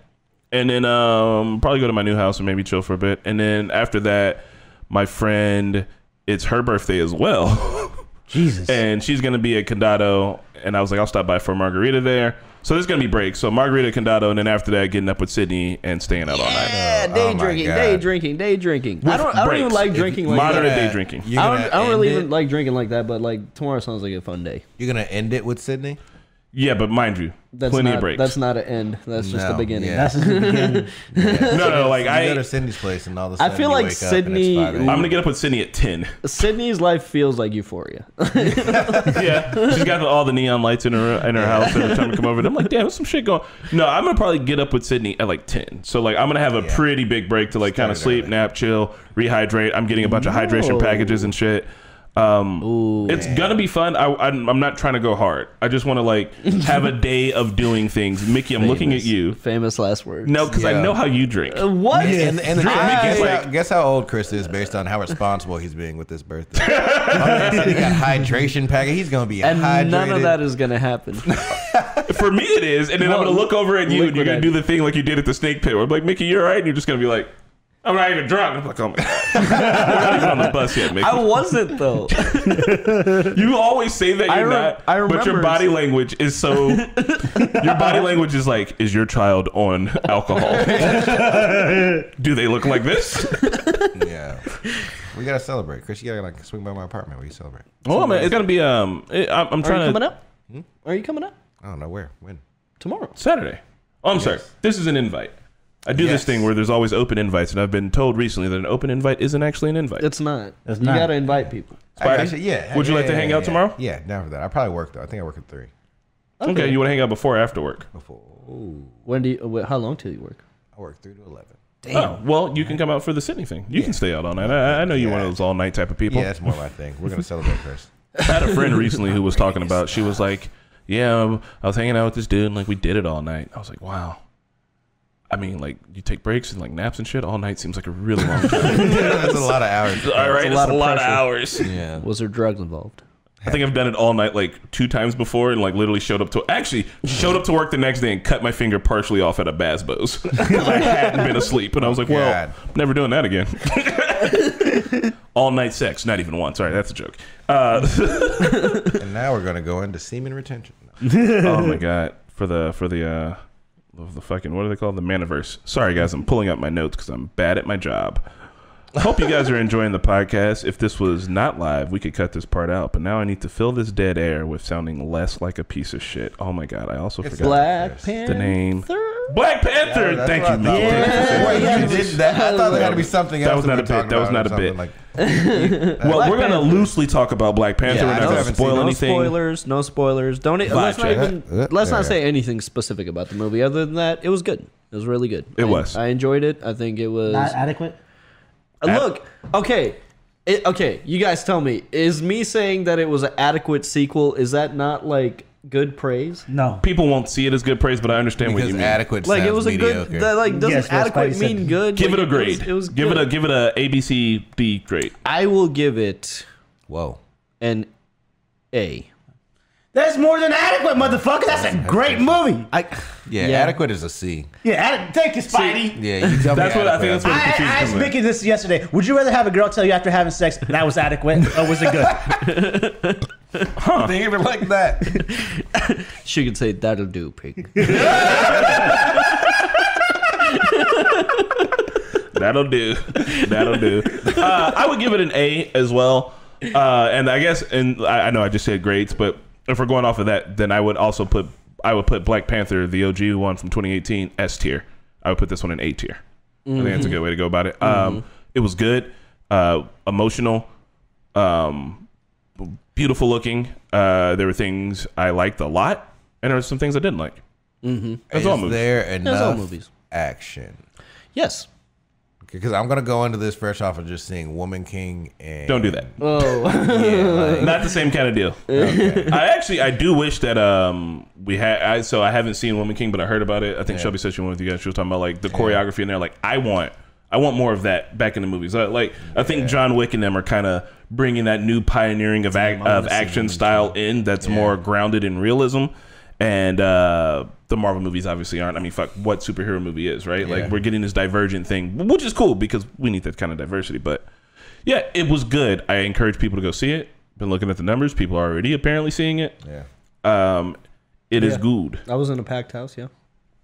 Speaker 3: and then um, probably go to my new house and maybe chill for a bit, and then after that, my friend, it's her birthday as well,
Speaker 5: Jesus.
Speaker 3: and she's gonna be at Condado, and I was like, I'll stop by for a margarita there. So there's gonna be breaks. So margarita, Condado, and then after that, getting up with Sydney and staying out all night.
Speaker 4: Yeah, Eh,
Speaker 2: Oh
Speaker 4: day
Speaker 2: my
Speaker 4: drinking,
Speaker 2: God.
Speaker 4: day drinking, day drinking. I don't, I don't even
Speaker 3: breaks.
Speaker 4: like
Speaker 3: If
Speaker 4: drinking
Speaker 3: you
Speaker 4: like
Speaker 3: moderate
Speaker 4: that.
Speaker 3: Saturday drinking.
Speaker 2: You're
Speaker 4: I
Speaker 2: gonna
Speaker 4: don't, I don't really
Speaker 2: end
Speaker 4: even
Speaker 2: it-
Speaker 4: like drinking like that, but like tomorrow sounds like a fun day.
Speaker 2: You're gonna end it with Sydney.
Speaker 3: Yeah, but mind you,
Speaker 4: That's
Speaker 3: plenty
Speaker 4: not,
Speaker 3: of breaks.
Speaker 4: That's not an end. That's just the
Speaker 2: No,
Speaker 4: beginning.
Speaker 2: yeah.
Speaker 5: That's just the beginning.
Speaker 3: no, no, like
Speaker 2: you
Speaker 3: I,
Speaker 2: go to Sydney's place and all of a
Speaker 4: I
Speaker 2: sudden
Speaker 4: feel
Speaker 2: you
Speaker 4: like
Speaker 2: wake up
Speaker 4: Sydney-
Speaker 2: And it's 5 a.m.
Speaker 3: I'm gonna get up with Sydney at ten.
Speaker 4: Sydney's life feels like euphoria.
Speaker 3: yeah, she's got all the neon lights in her in her house every time I come over. And I'm like, damn, there's some shit going. No, I'm gonna probably get up with Sydney at like ten. So like, I'm gonna have a
Speaker 2: Yeah.
Speaker 3: pretty big break to like kind of
Speaker 2: Started
Speaker 3: sleep,
Speaker 2: early.
Speaker 3: nap, chill, rehydrate. I'm getting a bunch of hydration
Speaker 4: No.
Speaker 3: packages and shit. Um, it's gonna be fun. I, I'm, I'm not trying to go hard. I just want to like have a day of doing things. Mickey, I'm looking at
Speaker 4: Famous-
Speaker 3: you.
Speaker 4: Famous last words.
Speaker 3: No, because I
Speaker 2: Yeah.
Speaker 3: know how you drink.
Speaker 4: Uh, What?
Speaker 2: And, and the
Speaker 3: Drink,
Speaker 2: thing
Speaker 3: Mickey's
Speaker 2: is, guess,
Speaker 3: like-
Speaker 2: how, guess how old Chris is based on how responsible he's being with this birthday. My man said he got hydration packet. He's gonna be
Speaker 4: and
Speaker 2: hydrated.
Speaker 4: none of that is gonna happen.
Speaker 3: For me, it is. And then I'm
Speaker 4: No,
Speaker 3: going to look over at you and you're going to
Speaker 4: liquid
Speaker 3: do the thing like you did at the snake pit where I'm like, Mickey, you're all right. And you're just going to be like, I'm not even drunk. I'm like, oh my God. We're not even on the bus yet, Mickey.
Speaker 4: I wasn't though.
Speaker 3: you always say that
Speaker 4: I
Speaker 3: you're
Speaker 4: rem-
Speaker 3: not.
Speaker 4: I
Speaker 3: but your
Speaker 4: remember-
Speaker 3: body language is so. your body language is like, is your child on alcohol? do they look like this?
Speaker 2: Yeah. We gotta celebrate, Chris. You gotta like swing by my apartment. where you celebrate.
Speaker 3: Oh, man. It's going to be. um. It, I'm, I'm
Speaker 4: Are you
Speaker 3: trying
Speaker 4: coming
Speaker 3: to.
Speaker 4: up? Are you coming up
Speaker 2: I don't know where, when.
Speaker 4: tomorrow?
Speaker 3: Saturday. Oh, I'm sorry. This is an invite. I do this
Speaker 2: Yes.
Speaker 3: thing where there's always open invites, and I've been told recently that an open invite isn't actually an invite.
Speaker 4: It's not.
Speaker 5: It's
Speaker 4: you
Speaker 5: not.
Speaker 4: gotta invite people.
Speaker 3: Spidey?
Speaker 2: Actually, yeah.
Speaker 3: Would you
Speaker 2: yeah,
Speaker 3: like to
Speaker 2: yeah,
Speaker 3: hang
Speaker 2: yeah,
Speaker 3: out
Speaker 2: yeah.
Speaker 3: tomorrow?
Speaker 2: Yeah, now for that. I probably work though. I think I work at three.
Speaker 3: Okay, you want to hang out before or after work?
Speaker 2: Before. Ooh,
Speaker 4: When do you? wait, How long till you work?
Speaker 2: I work three to eleven.
Speaker 3: Oh, well, you can come out for the Sydney thing. You can stay out all night. I, I know you're one of those all night type of people.
Speaker 2: Yeah, that's more my thing. We're gonna celebrate first.
Speaker 3: I had a friend recently who was talking about. She was like, "Yeah, um, I was hanging out with this dude, and like we did it all night." I was like, "Wow." I mean, like you take breaks and like naps and shit all night seems like a really long time.
Speaker 2: that's a lot of hours.
Speaker 3: all right, it's a
Speaker 4: lot of
Speaker 3: lot, of
Speaker 4: pressure.
Speaker 3: hours.
Speaker 2: Yeah.
Speaker 4: Was there drugs involved?
Speaker 3: I think I've done it all night like two times before, and like literally showed up to actually showed up to work the next day and cut my finger partially off at a Basbo's because I hadn't been asleep, and I was like, "Well,
Speaker 2: God.
Speaker 3: never doing that again." all night sex, not even once. All right, that's a joke. Uh,
Speaker 2: And now we're gonna go into semen retention.
Speaker 3: oh my god for the for the uh of the fucking what are they called the maniverse sorry guys i'm pulling up my notes because i'm bad at my job hope you guys are enjoying the podcast if this was not live we could cut this part out but now i need to fill this dead air with sounding less like a piece of shit oh my god i also forgot
Speaker 4: Black
Speaker 2: Yes.
Speaker 4: Panther.
Speaker 3: the name black panther
Speaker 2: That's
Speaker 3: thank
Speaker 2: what
Speaker 3: you
Speaker 2: I thought.
Speaker 3: Mel Gibson.
Speaker 2: Wait, you did that? I thought there had to be something
Speaker 3: That
Speaker 2: else.
Speaker 3: was not a
Speaker 2: we were
Speaker 3: bit. That was
Speaker 2: talking
Speaker 3: not a
Speaker 2: about or
Speaker 3: bit.
Speaker 2: something Like,
Speaker 3: well
Speaker 4: Black
Speaker 3: we're gonna
Speaker 4: Panther.
Speaker 3: loosely talk about black panther
Speaker 2: Yeah, I
Speaker 3: we're not
Speaker 2: know.
Speaker 3: gonna
Speaker 2: Haven't seen
Speaker 3: spoil
Speaker 2: it.
Speaker 4: No
Speaker 3: anything
Speaker 4: spoilers. No spoilers. Don't. e- let's not
Speaker 3: check.
Speaker 4: even.
Speaker 2: Uh, uh,
Speaker 4: let's
Speaker 2: there.
Speaker 4: not say anything specific about the movie. Other than that, it was good. It was really good.
Speaker 3: It
Speaker 4: I-
Speaker 3: was.
Speaker 4: I enjoyed it. I think it was.
Speaker 5: Not adequate.
Speaker 4: Uh, Look, okay, it, okay. You guys tell me. Is me saying that it was an adequate sequel? Is that not like good praise?
Speaker 5: No.
Speaker 3: people won't see it as good praise but i understand what
Speaker 2: because
Speaker 3: you mean
Speaker 2: adequate
Speaker 4: Like
Speaker 2: sounds
Speaker 4: it was
Speaker 2: mediocre.
Speaker 4: a good. That, like doesn't
Speaker 5: Yes, that's
Speaker 4: adequate
Speaker 5: Spidey said.
Speaker 4: mean good?
Speaker 3: Give
Speaker 4: Like,
Speaker 3: it a grade.
Speaker 4: was- It was.
Speaker 3: give it a
Speaker 4: good.
Speaker 3: give it a A B C D grade.
Speaker 4: I will give it
Speaker 2: Whoa.
Speaker 4: an A.
Speaker 5: That's more than adequate, motherfucker. That's a great movie.
Speaker 4: I.
Speaker 2: Yeah,
Speaker 4: Yeah.
Speaker 2: adequate is a C.
Speaker 5: Yeah, ade- thank you, Spidey.
Speaker 2: Yeah, you tell
Speaker 3: That's
Speaker 2: me.
Speaker 3: what I think. That's
Speaker 2: adequate.
Speaker 3: what
Speaker 5: I, I asked
Speaker 3: confused me.
Speaker 5: Vicky this yesterday. Would you rather have a girl tell you after having sex that was adequate or was it good?
Speaker 2: They even like that.
Speaker 4: She could say that'll do, pig.
Speaker 3: That'll do. That'll do. Uh, I would give it an A as well. Uh, and I guess, and I, I know I just said grades, but if we're going off of that, then I would also put I would put Black Panther, the OG one from 2018, S tier. I would put this one in A tier. I think that's a good way to go about it. Um, It was good, uh, emotional, um, beautiful looking. Uh, there were things I liked a lot, and there were some things I didn't like. That's all
Speaker 2: Is
Speaker 3: movies.
Speaker 2: there
Speaker 4: That's all
Speaker 2: enough
Speaker 4: movies.
Speaker 2: action?
Speaker 4: Yes.
Speaker 2: Because I'm gonna go into this fresh off of just seeing Woman King and
Speaker 3: Don't do that.
Speaker 4: Oh.
Speaker 2: Yeah, like,
Speaker 3: Not the same kind of deal. I actually I do wish that um we had I so I haven't seen Woman King but I heard about it. I think Shelby said she went with you guys. She was talking about like the choreography in there. Like I want I want more of that back in the movies. Uh, like I think John Wick and them are kind of bringing that new pioneering of ac- of action style in that's more grounded in realism. And uh, the Marvel movies obviously aren't. I mean, fuck, what superhero movie is right? Like
Speaker 2: Yeah.
Speaker 3: we're getting this divergent thing, which is cool because we need that kind of diversity. But yeah, it was good. I encourage people to go see it. Been looking at the numbers. People are already apparently seeing it.
Speaker 2: yeah.
Speaker 3: Um, it is good.
Speaker 4: I was in a packed house. Yeah.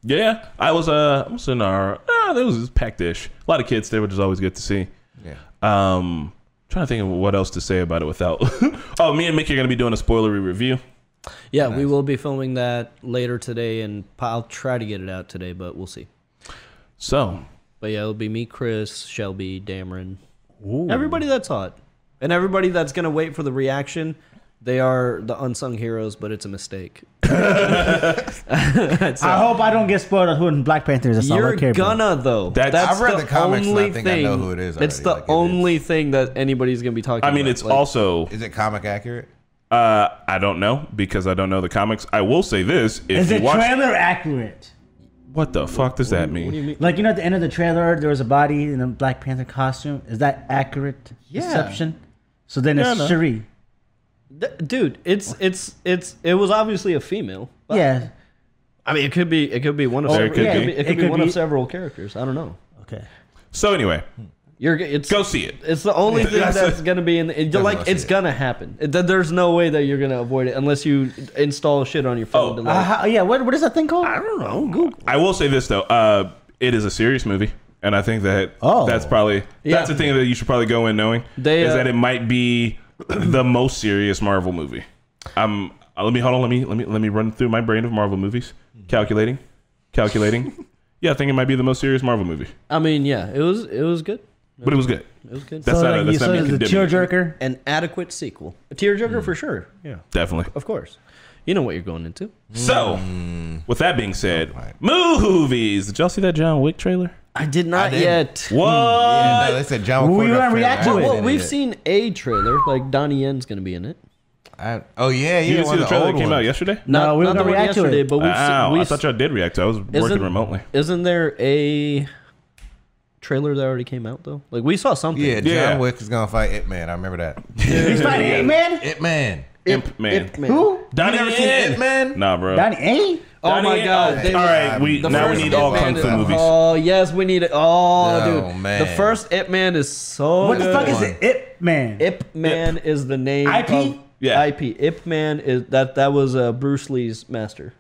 Speaker 3: Yeah, I was uh, I was in our uh, it was just packed ish. A lot of kids there, which is always good to see.
Speaker 2: Yeah.
Speaker 3: Um, trying to think of what else to say about it without. oh, me and Mickey are gonna be doing a spoilery review.
Speaker 4: Yeah, we will be filming that later today, and po- I'll try to get it out today, but we'll see.
Speaker 3: So
Speaker 4: But yeah, it'll be me, Chris, Shelby, Dameron, everybody that saw it, and everybody that's gonna wait for the reaction. They are the unsung heroes, but it's a mistake.
Speaker 5: I hope I don't get spoiled on who Black Panther is. That's all I
Speaker 4: You're
Speaker 5: care about.
Speaker 4: gonna though.
Speaker 3: That's-
Speaker 4: That's
Speaker 2: I've read the comics and I
Speaker 4: only
Speaker 2: think I know who it is
Speaker 4: It's
Speaker 2: already,
Speaker 4: the
Speaker 2: like, it is.
Speaker 4: only thing that anybody's gonna be talking.
Speaker 3: I mean,
Speaker 4: about.
Speaker 3: it's
Speaker 4: Like,
Speaker 3: also
Speaker 2: Is it comic accurate?
Speaker 3: uh, I don't know because I don't know the comics. I will say this: if
Speaker 5: Is the
Speaker 3: you watch,
Speaker 5: trailer accurate?
Speaker 3: what the fuck does that mean?
Speaker 5: Like you know, at the end of the trailer, there was a body in a Black Panther costume. Is that accurate deception? So then it's
Speaker 3: no.
Speaker 5: Cherie.
Speaker 4: Th- dude. It's it's it's it was obviously a female. but-
Speaker 5: Yeah.
Speaker 4: I mean, it could be it could be one of
Speaker 3: Or it
Speaker 4: several,
Speaker 3: could
Speaker 4: yeah,
Speaker 3: be.
Speaker 4: it, could
Speaker 5: It
Speaker 4: be
Speaker 5: could
Speaker 4: one
Speaker 5: be-
Speaker 4: of several characters. I don't know.
Speaker 5: Okay.
Speaker 3: So anyway,
Speaker 4: You're g- it's
Speaker 3: go see it.
Speaker 4: it's the only thing
Speaker 3: That's
Speaker 4: that's,
Speaker 3: it.
Speaker 4: gonna be in. The, it- like
Speaker 2: wanna
Speaker 4: it's
Speaker 2: see it.
Speaker 4: gonna happen. It- th- there's no way that you're gonna avoid it unless you install shit on your phone.
Speaker 3: Oh,
Speaker 4: to
Speaker 5: Uh,
Speaker 4: like,
Speaker 5: how, yeah. What, what is that thing called?
Speaker 3: Ah,
Speaker 5: I don't know. Google.
Speaker 3: I will say this though. Uh, it is a serious movie, and I think that
Speaker 5: Oh.
Speaker 3: that's probably
Speaker 4: Yeah.
Speaker 3: that's the thing that you should probably go in knowing
Speaker 4: They,
Speaker 3: is
Speaker 4: uh,
Speaker 3: that it might be the most serious Marvel movie. Um, uh, let me hold on. Let me let me let me run through my brain of Marvel movies. Calculating, calculating. yeah, I think it might be the most serious Marvel movie,
Speaker 4: I mean, yeah, it was it was good.
Speaker 3: but it was good.
Speaker 4: It was good.
Speaker 3: That's
Speaker 5: so
Speaker 3: not a,
Speaker 5: like,
Speaker 3: that's
Speaker 5: you-
Speaker 3: not
Speaker 5: so
Speaker 3: me
Speaker 5: there's a
Speaker 3: condemning it.
Speaker 5: tearjerker.
Speaker 4: An adequate sequel, a tearjerker for sure. Yeah,
Speaker 3: Definitely.
Speaker 4: of course. You know what you're going into.
Speaker 5: Hmm.
Speaker 3: So, with that being said, movies. Did y'all see that John Wick trailer?
Speaker 4: I did not
Speaker 2: didn't.
Speaker 4: yet.
Speaker 3: What?
Speaker 4: Uh,
Speaker 2: Yeah, no, they said John.
Speaker 5: We
Speaker 2: McCoy got
Speaker 5: wanna
Speaker 2: fired.
Speaker 5: react to
Speaker 2: I
Speaker 5: it.
Speaker 2: didn't
Speaker 4: Well,
Speaker 2: see
Speaker 4: we've seen a trailer. Like Donnie Yen's gonna be in it.
Speaker 2: I, oh yeah, yeah.
Speaker 3: You didn't
Speaker 2: one
Speaker 3: see the
Speaker 2: of
Speaker 3: trailer that
Speaker 2: old
Speaker 3: came out
Speaker 2: ones.
Speaker 3: yesterday?
Speaker 5: No,
Speaker 4: Not-
Speaker 5: we were
Speaker 4: not
Speaker 5: gonna
Speaker 4: the one
Speaker 5: react to
Speaker 4: yesterday,
Speaker 5: it.
Speaker 4: But we've
Speaker 3: Ow,
Speaker 4: seen.
Speaker 3: I
Speaker 4: We've,
Speaker 3: thought y'all did react to it. I was working
Speaker 4: Isn't-
Speaker 3: remotely.
Speaker 4: Isn't there a trailer that already came out though? Like we saw something.
Speaker 2: Yeah, John
Speaker 3: Yeah.
Speaker 2: Wick is gonna fight Ip Man. I remember that.
Speaker 5: He's fighting Ant Man.
Speaker 2: Ip Man.
Speaker 3: Imp Man.
Speaker 4: Ip Man.
Speaker 5: Who?
Speaker 3: Donnie
Speaker 2: You never seen
Speaker 3: Yen.
Speaker 2: Ip Man?
Speaker 3: Nah, bro.
Speaker 5: Donnie A.
Speaker 4: Oh
Speaker 3: Donnie
Speaker 4: my
Speaker 3: Yen.
Speaker 4: god!
Speaker 3: Oh,
Speaker 4: they-
Speaker 3: all right, we
Speaker 4: the
Speaker 3: now
Speaker 4: first
Speaker 3: we need
Speaker 4: Ip
Speaker 3: all
Speaker 4: Man
Speaker 3: kung
Speaker 4: is-
Speaker 3: fu movies.
Speaker 4: Oh yes, we need it. Oh,
Speaker 2: Oh,
Speaker 4: dude,
Speaker 2: man.
Speaker 4: the first Ip Man is so.
Speaker 5: What the
Speaker 4: good.
Speaker 5: fuck is
Speaker 2: one.
Speaker 5: it? Ip Man.
Speaker 4: Ip Man is the name.
Speaker 5: IP?
Speaker 4: of-
Speaker 3: Yeah.
Speaker 4: IP. Ip Man is that that was uh, Bruce Lee's master.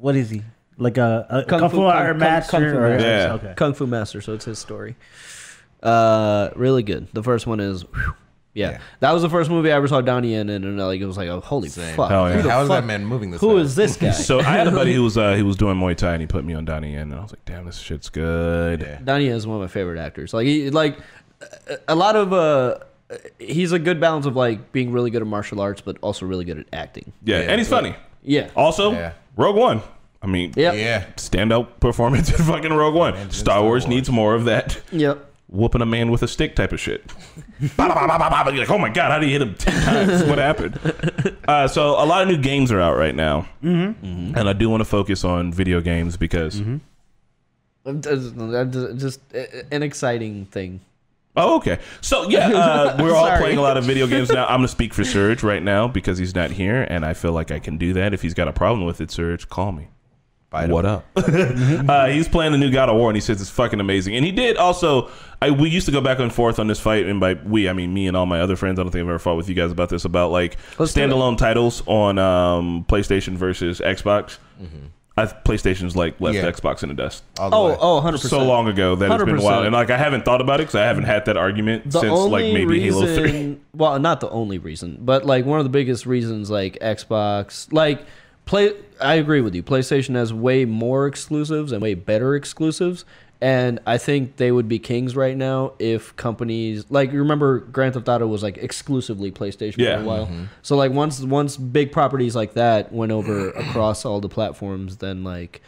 Speaker 5: What is he? Like a, a
Speaker 4: Kung
Speaker 5: kung,
Speaker 4: fu-
Speaker 5: fu iron
Speaker 4: kung- kung- kung fu
Speaker 5: master? Or,
Speaker 3: master. Yeah.
Speaker 5: Okay.
Speaker 4: Kung Fu Master, so it's his story. Uh, really good. The first one is, whew, yeah.
Speaker 2: Yeah.
Speaker 4: that was the first movie I ever saw Donnie in, and, uh, like it was like, oh, holy
Speaker 2: Same.
Speaker 4: fuck,
Speaker 3: Hell
Speaker 4: who
Speaker 3: yeah.
Speaker 4: the
Speaker 2: How is
Speaker 4: fuck-
Speaker 2: that man moving this?
Speaker 4: Who
Speaker 2: fast?
Speaker 4: is this guy?
Speaker 3: So I had a buddy who was uh, he was doing Muay Thai and he put me on Donnie Yen and I was like, damn, this shit's good.
Speaker 2: Yeah.
Speaker 4: Donnie Yen is one of my favorite actors. Like, he, like a- a lot of uh, he's a good balance of like being really good at martial arts, but also really good at acting.
Speaker 3: Yeah,
Speaker 2: Yeah.
Speaker 3: and he's funny.
Speaker 4: Yeah,
Speaker 3: Also,
Speaker 2: Yeah.
Speaker 3: Rogue One. I mean,
Speaker 4: yep,
Speaker 2: Oh, Yeah.
Speaker 3: standout performance in fucking Rogue One. Star,
Speaker 2: Star
Speaker 3: Wars,
Speaker 2: Wars.
Speaker 3: needs more of that
Speaker 4: yep.
Speaker 3: whooping a man with a stick type of shit. Ba, ba, ba, ba, ba, ba. You're like, oh my god, how do you hit him ten times? What happened? Uh, so a lot of new games are out right now, and I do want to focus on video games because
Speaker 4: I'm Just, I'm just- just a- an exciting thing.
Speaker 3: Oh, okay. So yeah, uh, we're all
Speaker 4: Sorry.
Speaker 3: playing a lot of video games now. I'm gonna speak for Surge right now because he's not here, and I feel like I can do that. If he's got a problem with it, Surge, call me.
Speaker 2: Fight him.
Speaker 3: what up? uh, he's playing the new God of War, and he says it's fucking amazing. And he did also. I we used to go back and forth on this fight, and by we I mean me and all my other friends. I don't think I've ever fought with you guys about this about like
Speaker 4: Let's do it.
Speaker 3: standalone titles on um, PlayStation versus Xbox.
Speaker 4: Mm-hmm.
Speaker 3: I, PlayStation's like left
Speaker 2: Yeah.
Speaker 3: Xbox in the dust
Speaker 2: All the
Speaker 4: Oh,
Speaker 2: way.
Speaker 4: oh, 100 percent.
Speaker 3: so long ago that it's been a while,
Speaker 4: 100%.
Speaker 3: and like I haven't thought about it because I haven't had that argument
Speaker 4: the
Speaker 3: since
Speaker 4: only
Speaker 3: like maybe
Speaker 4: reason,
Speaker 3: Halo Three.
Speaker 4: Well, not the only reason, but like one of the biggest reasons, like Xbox, like play. I agree with you. PlayStation has way more exclusives and way better exclusives, and I think they would be kings right now if companies like you remember Grand Theft Auto was like exclusively PlayStation
Speaker 3: Yeah.
Speaker 4: for a while. So like once once big properties like that went over across all the platforms, then like.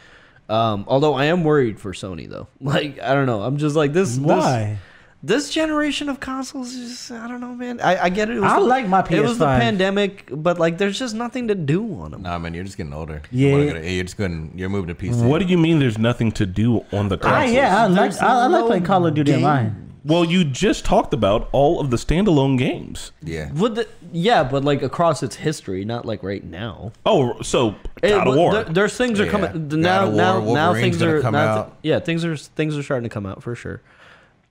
Speaker 4: Um, although I am worried for Sony though, like I don't know, I'm just like this. this-
Speaker 5: Why?
Speaker 4: this generation of consoles is just, I don't know, man. I, I get it. it was
Speaker 5: I
Speaker 4: the-
Speaker 5: like my
Speaker 4: It was the
Speaker 5: PS5.
Speaker 4: pandemic, but like, there's just nothing to do on them.
Speaker 2: Nah, man, you're just getting older.
Speaker 5: Yeah.
Speaker 2: You wanna go to- you're just going. You're moving to PC.
Speaker 3: What do you mean? There's nothing to do on the
Speaker 4: Ah,
Speaker 3: console?
Speaker 5: I, Ah, yeah, I like
Speaker 4: There's
Speaker 5: I, I like
Speaker 4: no
Speaker 5: playing Call of Duty
Speaker 4: game.
Speaker 5: online.
Speaker 3: Well, you just talked about all of the standalone games.
Speaker 2: Yeah.
Speaker 4: Would the, yeah, but like across its history, not like right now.
Speaker 3: Oh, so
Speaker 4: It-
Speaker 3: God of War.
Speaker 4: there- there's things are
Speaker 2: Yeah.
Speaker 4: coming the-
Speaker 2: God
Speaker 4: now.
Speaker 2: of
Speaker 4: now,
Speaker 2: War,
Speaker 4: now things
Speaker 2: Wolverine's gonna
Speaker 4: are
Speaker 2: come
Speaker 4: now thi-
Speaker 2: out.
Speaker 4: yeah, things are things are starting to come out for sure.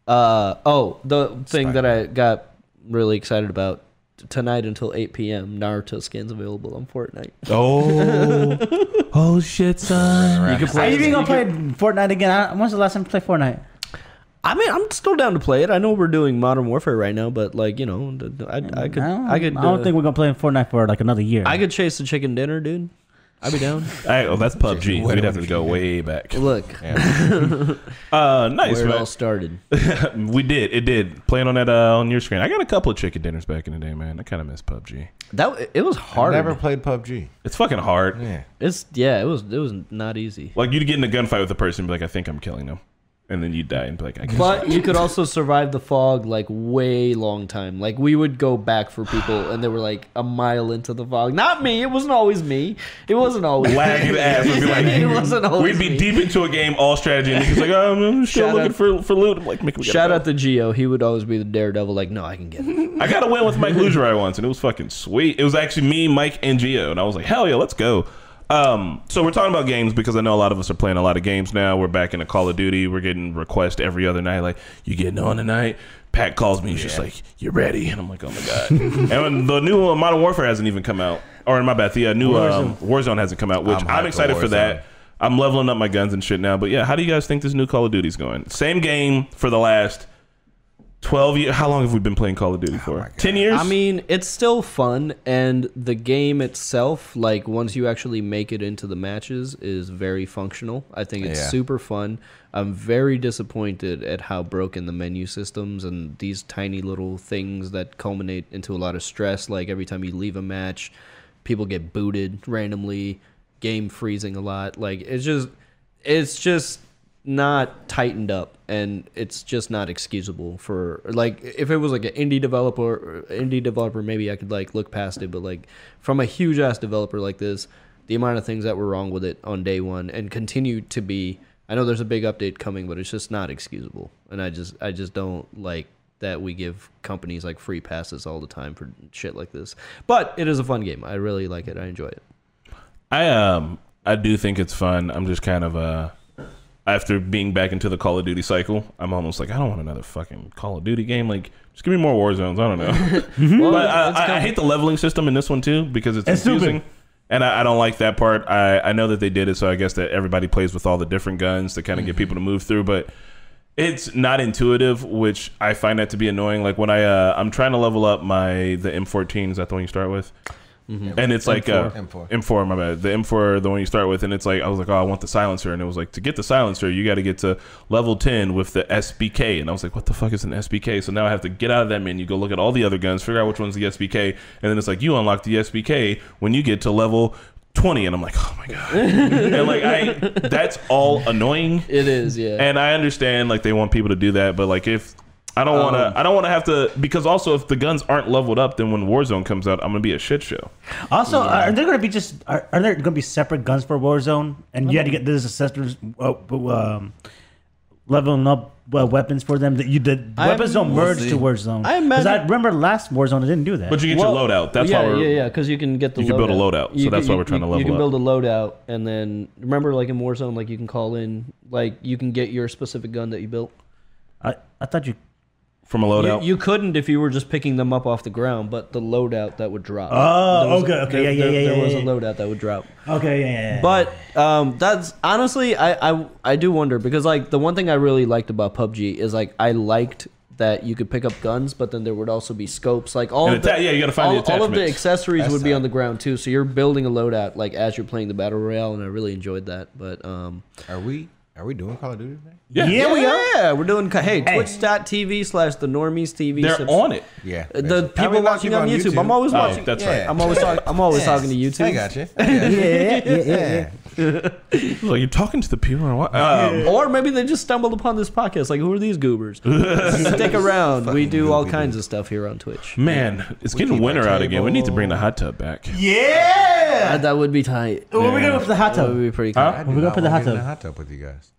Speaker 4: Uh oh, the thing that I got really excited about t- tonight until 8 p.m. Naruto skins available on Fortnite.
Speaker 3: oh, oh shit, son!
Speaker 2: Right.
Speaker 4: You can
Speaker 5: Are
Speaker 4: play.
Speaker 5: you even
Speaker 4: you
Speaker 5: gonna
Speaker 4: can-
Speaker 5: play Fortnite again? I, when's the last time you played Fortnite?
Speaker 4: I mean, I'm still down to play it. I know we're doing Modern Warfare right now, but like you know, d- d- I, I could,
Speaker 5: I don't,
Speaker 4: I, could,
Speaker 5: I don't
Speaker 4: uh,
Speaker 5: think we're gonna play Fortnite for like another year.
Speaker 4: I could chase the chicken dinner, dude. I'd be down.
Speaker 3: Hey, oh, that's PUBG.
Speaker 2: What
Speaker 3: We'd
Speaker 2: a
Speaker 3: have to go way back.
Speaker 4: Look,
Speaker 2: Yeah.
Speaker 3: Uh, nice.
Speaker 4: where it
Speaker 3: man.
Speaker 4: all started.
Speaker 3: we did. It did. Playing on that uh, on your screen. I got a couple of chicken dinners back in the day, man. I kind of miss PUBG.
Speaker 4: That it was
Speaker 2: I
Speaker 4: hard.
Speaker 2: never played PUBG.
Speaker 3: It's fucking hard.
Speaker 2: Yeah.
Speaker 4: It's yeah, it was it was not easy.
Speaker 3: Like you'd get in a gunfight with a person, and be like, I think I'm killing them, and then you die and be like, I guess.
Speaker 4: But you could also survive the fog like way long time. Like we would go back for people, and they were like a mile into the fog. Not me. It wasn't always me. It wasn't always.
Speaker 3: Lagging ass would be like,
Speaker 4: It wasn't
Speaker 3: we'd
Speaker 4: always
Speaker 3: be
Speaker 4: me.
Speaker 3: deep into a game, all strategy, and he's like, oh, I'm still
Speaker 4: Shout
Speaker 3: looking
Speaker 4: out-
Speaker 3: for for loot. I'm like, Mick, we gotta
Speaker 4: Shout
Speaker 3: go.
Speaker 4: out to Geo. He would always be the daredevil. Like, no, I can get it.
Speaker 3: I got a win with Mike Lugerai once, and it was fucking sweet. It was actually me, Mike, and Gio, and I was like, hell yeah, let's go. Um, so we're talking about games because I know a lot of us are playing a lot of games now. We're back into Call of Duty. We're getting requests every other night, like you getting on tonight. Pat calls me. He's just like, "You ready?" And I'm like, "Oh my god!" and when the new uh, Modern Warfare hasn't even come out, or in my bad, the uh, new um, Warzone hasn't come out, which I'm,
Speaker 2: I'm hyped for
Speaker 3: excited for
Speaker 2: Warzone.
Speaker 3: that. I'm leveling up my guns and shit now. But yeah, how do you guys think this new Call of Duty's going? Same game for the last 12 years. How long have we been playing Call of Duty for? 10 years?
Speaker 4: I mean, it's still fun, and the game itself, like once you actually make it into the matches, is very functional. I think it's
Speaker 2: Yeah.
Speaker 4: super fun. I'm very disappointed at how broken the menu systems and these tiny little things that culminate into a lot of stress. Like every time you leave a match, people get booted randomly, game freezing a lot. Like it's just, it's just not tightened up and it's just not excusable for like if it was like an indie developer indie developer maybe i could like look past it but like from a huge ass developer like this the amount of things that were wrong with it on day one and continue to be i know there's a big update coming but it's just not excusable and i just i just don't like that we give companies like free passes all the time for shit like this but it is a fun game i really like it i enjoy it
Speaker 3: I um I do think it's fun. I'm just kind of uh after being back into the Call of Duty cycle, I'm almost like I don't want another fucking Call of Duty game. Like just give me more war zones. I don't know.
Speaker 4: Well,
Speaker 3: but I,
Speaker 4: it's
Speaker 3: I, I
Speaker 4: coming.
Speaker 3: hate the leveling system in this one too because it's,
Speaker 5: It's stupid.
Speaker 3: confusing. And I, I don't like that part. I, I know that they did it, so I guess that everybody plays with all the different guns to kind of get people to move through. But it's not intuitive, which I find that to be annoying. Like when I uh, I'm trying to level up my the M14 is that the one you start with? And it's like uh,
Speaker 2: M4.
Speaker 3: M4. my bad. The M4, the one you start with, and it's like I was like, oh, I want the silencer, and it was like to get the silencer, you got to get to level ten with the SBK, and I was like, what the fuck is an SBK? So now I have to get out of that menu, go look at all the other guns, figure out which one's the SBK, and then it's like you unlock the SBK when you get to level twenty, and I'm like, oh my god, and like I, that's all annoying.
Speaker 4: it is yeah
Speaker 3: And I understand like they want people to do that, but like if I don't want to, I don't want to have to because also if the guns aren't leveled up, then when Warzone comes out, I'm gonna be a shit show.
Speaker 5: Also, are there going to be just are, are there going to be separate guns for Warzone, and you had to get this assessors uh, um, leveling up uh, weapons for them? That you did weapons
Speaker 4: I'm-
Speaker 5: don't merge
Speaker 2: We'll see.
Speaker 5: to Warzone.
Speaker 4: I
Speaker 5: Because I
Speaker 4: imagine-
Speaker 5: remember last Warzone, they didn't do that.
Speaker 3: But you get your loadout. That's
Speaker 4: yeah,
Speaker 3: why we're
Speaker 4: yeah, yeah, because you can get the
Speaker 3: you can build a loadout, so that's
Speaker 4: can-
Speaker 3: why we're trying to
Speaker 4: you, You can
Speaker 3: level up.
Speaker 4: build a loadout, and then remember, like in Warzone, like you can call in, like you can get your specific gun that you built.
Speaker 5: I, I thought you.
Speaker 3: from a
Speaker 4: You,
Speaker 3: loadout.
Speaker 4: you couldn't if you were just picking them up off the ground, but the loadout that would drop.
Speaker 5: Oh,
Speaker 4: There was-
Speaker 5: okay, okay,
Speaker 4: there-
Speaker 5: yeah, yeah,
Speaker 4: there-
Speaker 5: yeah,
Speaker 4: There
Speaker 5: yeah,
Speaker 4: was a
Speaker 5: yeah.
Speaker 4: loadout that would drop.
Speaker 5: Okay, yeah, yeah, yeah.
Speaker 4: But um, that's honestly, I, I I do wonder because like the one thing I really liked about PUBG is like I liked that you could pick up guns, but then there would also be scopes. Like all
Speaker 3: And
Speaker 4: of the,
Speaker 3: atta- yeah, you gotta find
Speaker 4: all,
Speaker 3: the
Speaker 4: all of the
Speaker 3: attachments.
Speaker 4: accessories
Speaker 2: That's
Speaker 4: would be
Speaker 2: how-
Speaker 4: on the ground too. So you're building a loadout like as you're playing the battle royale, and I really enjoyed that. But um,
Speaker 2: Are we are we doing Call of Duty today?
Speaker 3: yeah,
Speaker 5: Yeah, we are.
Speaker 4: Yeah, we're doing. Hey, twitch.tv slash the normies TV.
Speaker 3: they're
Speaker 4: subs-
Speaker 3: on it.
Speaker 2: Yeah.
Speaker 4: Uh, The people watching on YouTube. I'm always
Speaker 3: Oh,
Speaker 4: watching.
Speaker 3: that's
Speaker 2: Yeah.
Speaker 3: right.
Speaker 4: I'm always talking. I'm always
Speaker 2: Yeah.
Speaker 4: talking to YouTube.
Speaker 2: I got you. I got you.
Speaker 5: yeah, yeah, yeah, yeah.
Speaker 2: Yeah.
Speaker 3: Like you're talking to the people. Or what? Um,
Speaker 4: Or maybe they just stumbled upon this podcast. Like, who are these goobers? Stick around. We do all kinds of stuff here on Twitch.
Speaker 3: man, it's getting
Speaker 2: keep our
Speaker 3: winter out again. We need to
Speaker 2: table.
Speaker 3: bring the hot tub back.
Speaker 5: yeah.
Speaker 4: Uh, that would be tight.
Speaker 5: What are we gonna do for the hot
Speaker 4: That would
Speaker 5: tub?
Speaker 4: be pretty cool.
Speaker 2: I do
Speaker 5: We're going
Speaker 2: not
Speaker 5: for the
Speaker 2: wanna
Speaker 5: hot
Speaker 2: get in
Speaker 5: tub.
Speaker 2: the hot tub with you guys.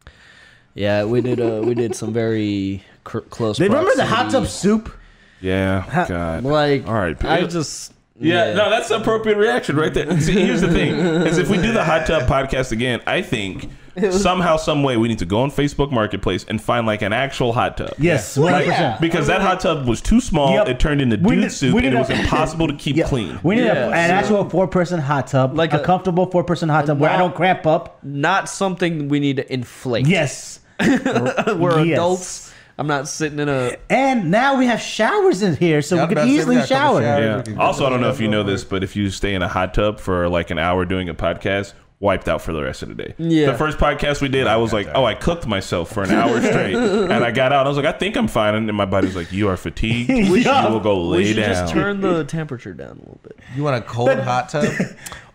Speaker 4: Yeah, we did. Uh, we did some very cr- close.
Speaker 5: They remember the hot tub
Speaker 4: proximity.
Speaker 5: soup?
Speaker 3: Yeah, God.
Speaker 4: Like,
Speaker 3: All right,
Speaker 4: I
Speaker 3: people.
Speaker 4: just.
Speaker 3: Yeah, no, that's the appropriate reaction right there. See, here's the thing: is if we do the hot tub podcast again, I think somehow, some way, we need to go on Facebook Marketplace and find like an actual hot tub.
Speaker 5: Yes, one hundred
Speaker 3: Like,
Speaker 5: percent.
Speaker 3: because that hot tub was too small.
Speaker 5: Yep.
Speaker 3: It turned into
Speaker 5: We
Speaker 3: dude
Speaker 5: did-
Speaker 3: soup,
Speaker 5: we
Speaker 3: and
Speaker 5: did
Speaker 3: it was
Speaker 5: a-
Speaker 3: impossible to keep clean.
Speaker 5: We need
Speaker 4: Yeah,
Speaker 5: a, an
Speaker 4: so-
Speaker 5: actual four-person hot tub,
Speaker 4: Like
Speaker 5: like a,
Speaker 4: a-
Speaker 5: comfortable four-person hot tub where I
Speaker 4: not-
Speaker 5: don't cramp up.
Speaker 4: not something we need to inflate.
Speaker 5: Yes,
Speaker 4: we're
Speaker 5: Yes.
Speaker 4: adults. I'm not sitting in a.
Speaker 5: And now we have showers in here, so
Speaker 2: Yeah,
Speaker 5: we
Speaker 2: I
Speaker 5: can
Speaker 2: was
Speaker 5: easily
Speaker 2: about to say we got a couple
Speaker 5: shower.
Speaker 2: showers.
Speaker 3: Yeah. Also, I don't know if you know this, but if you stay in a hot tub for like an hour doing a podcast, wiped out for the rest of the day.
Speaker 4: Yeah.
Speaker 3: The first podcast we did, I was like, oh, I cooked myself for an hour straight, and I got out. I was like, I think I'm fine, and then my body was like, you are fatigued. you
Speaker 5: Yeah.
Speaker 3: will go
Speaker 4: We
Speaker 3: lay
Speaker 4: should
Speaker 3: down.
Speaker 4: just turn the temperature down a little bit.
Speaker 2: You want a cold hot tub?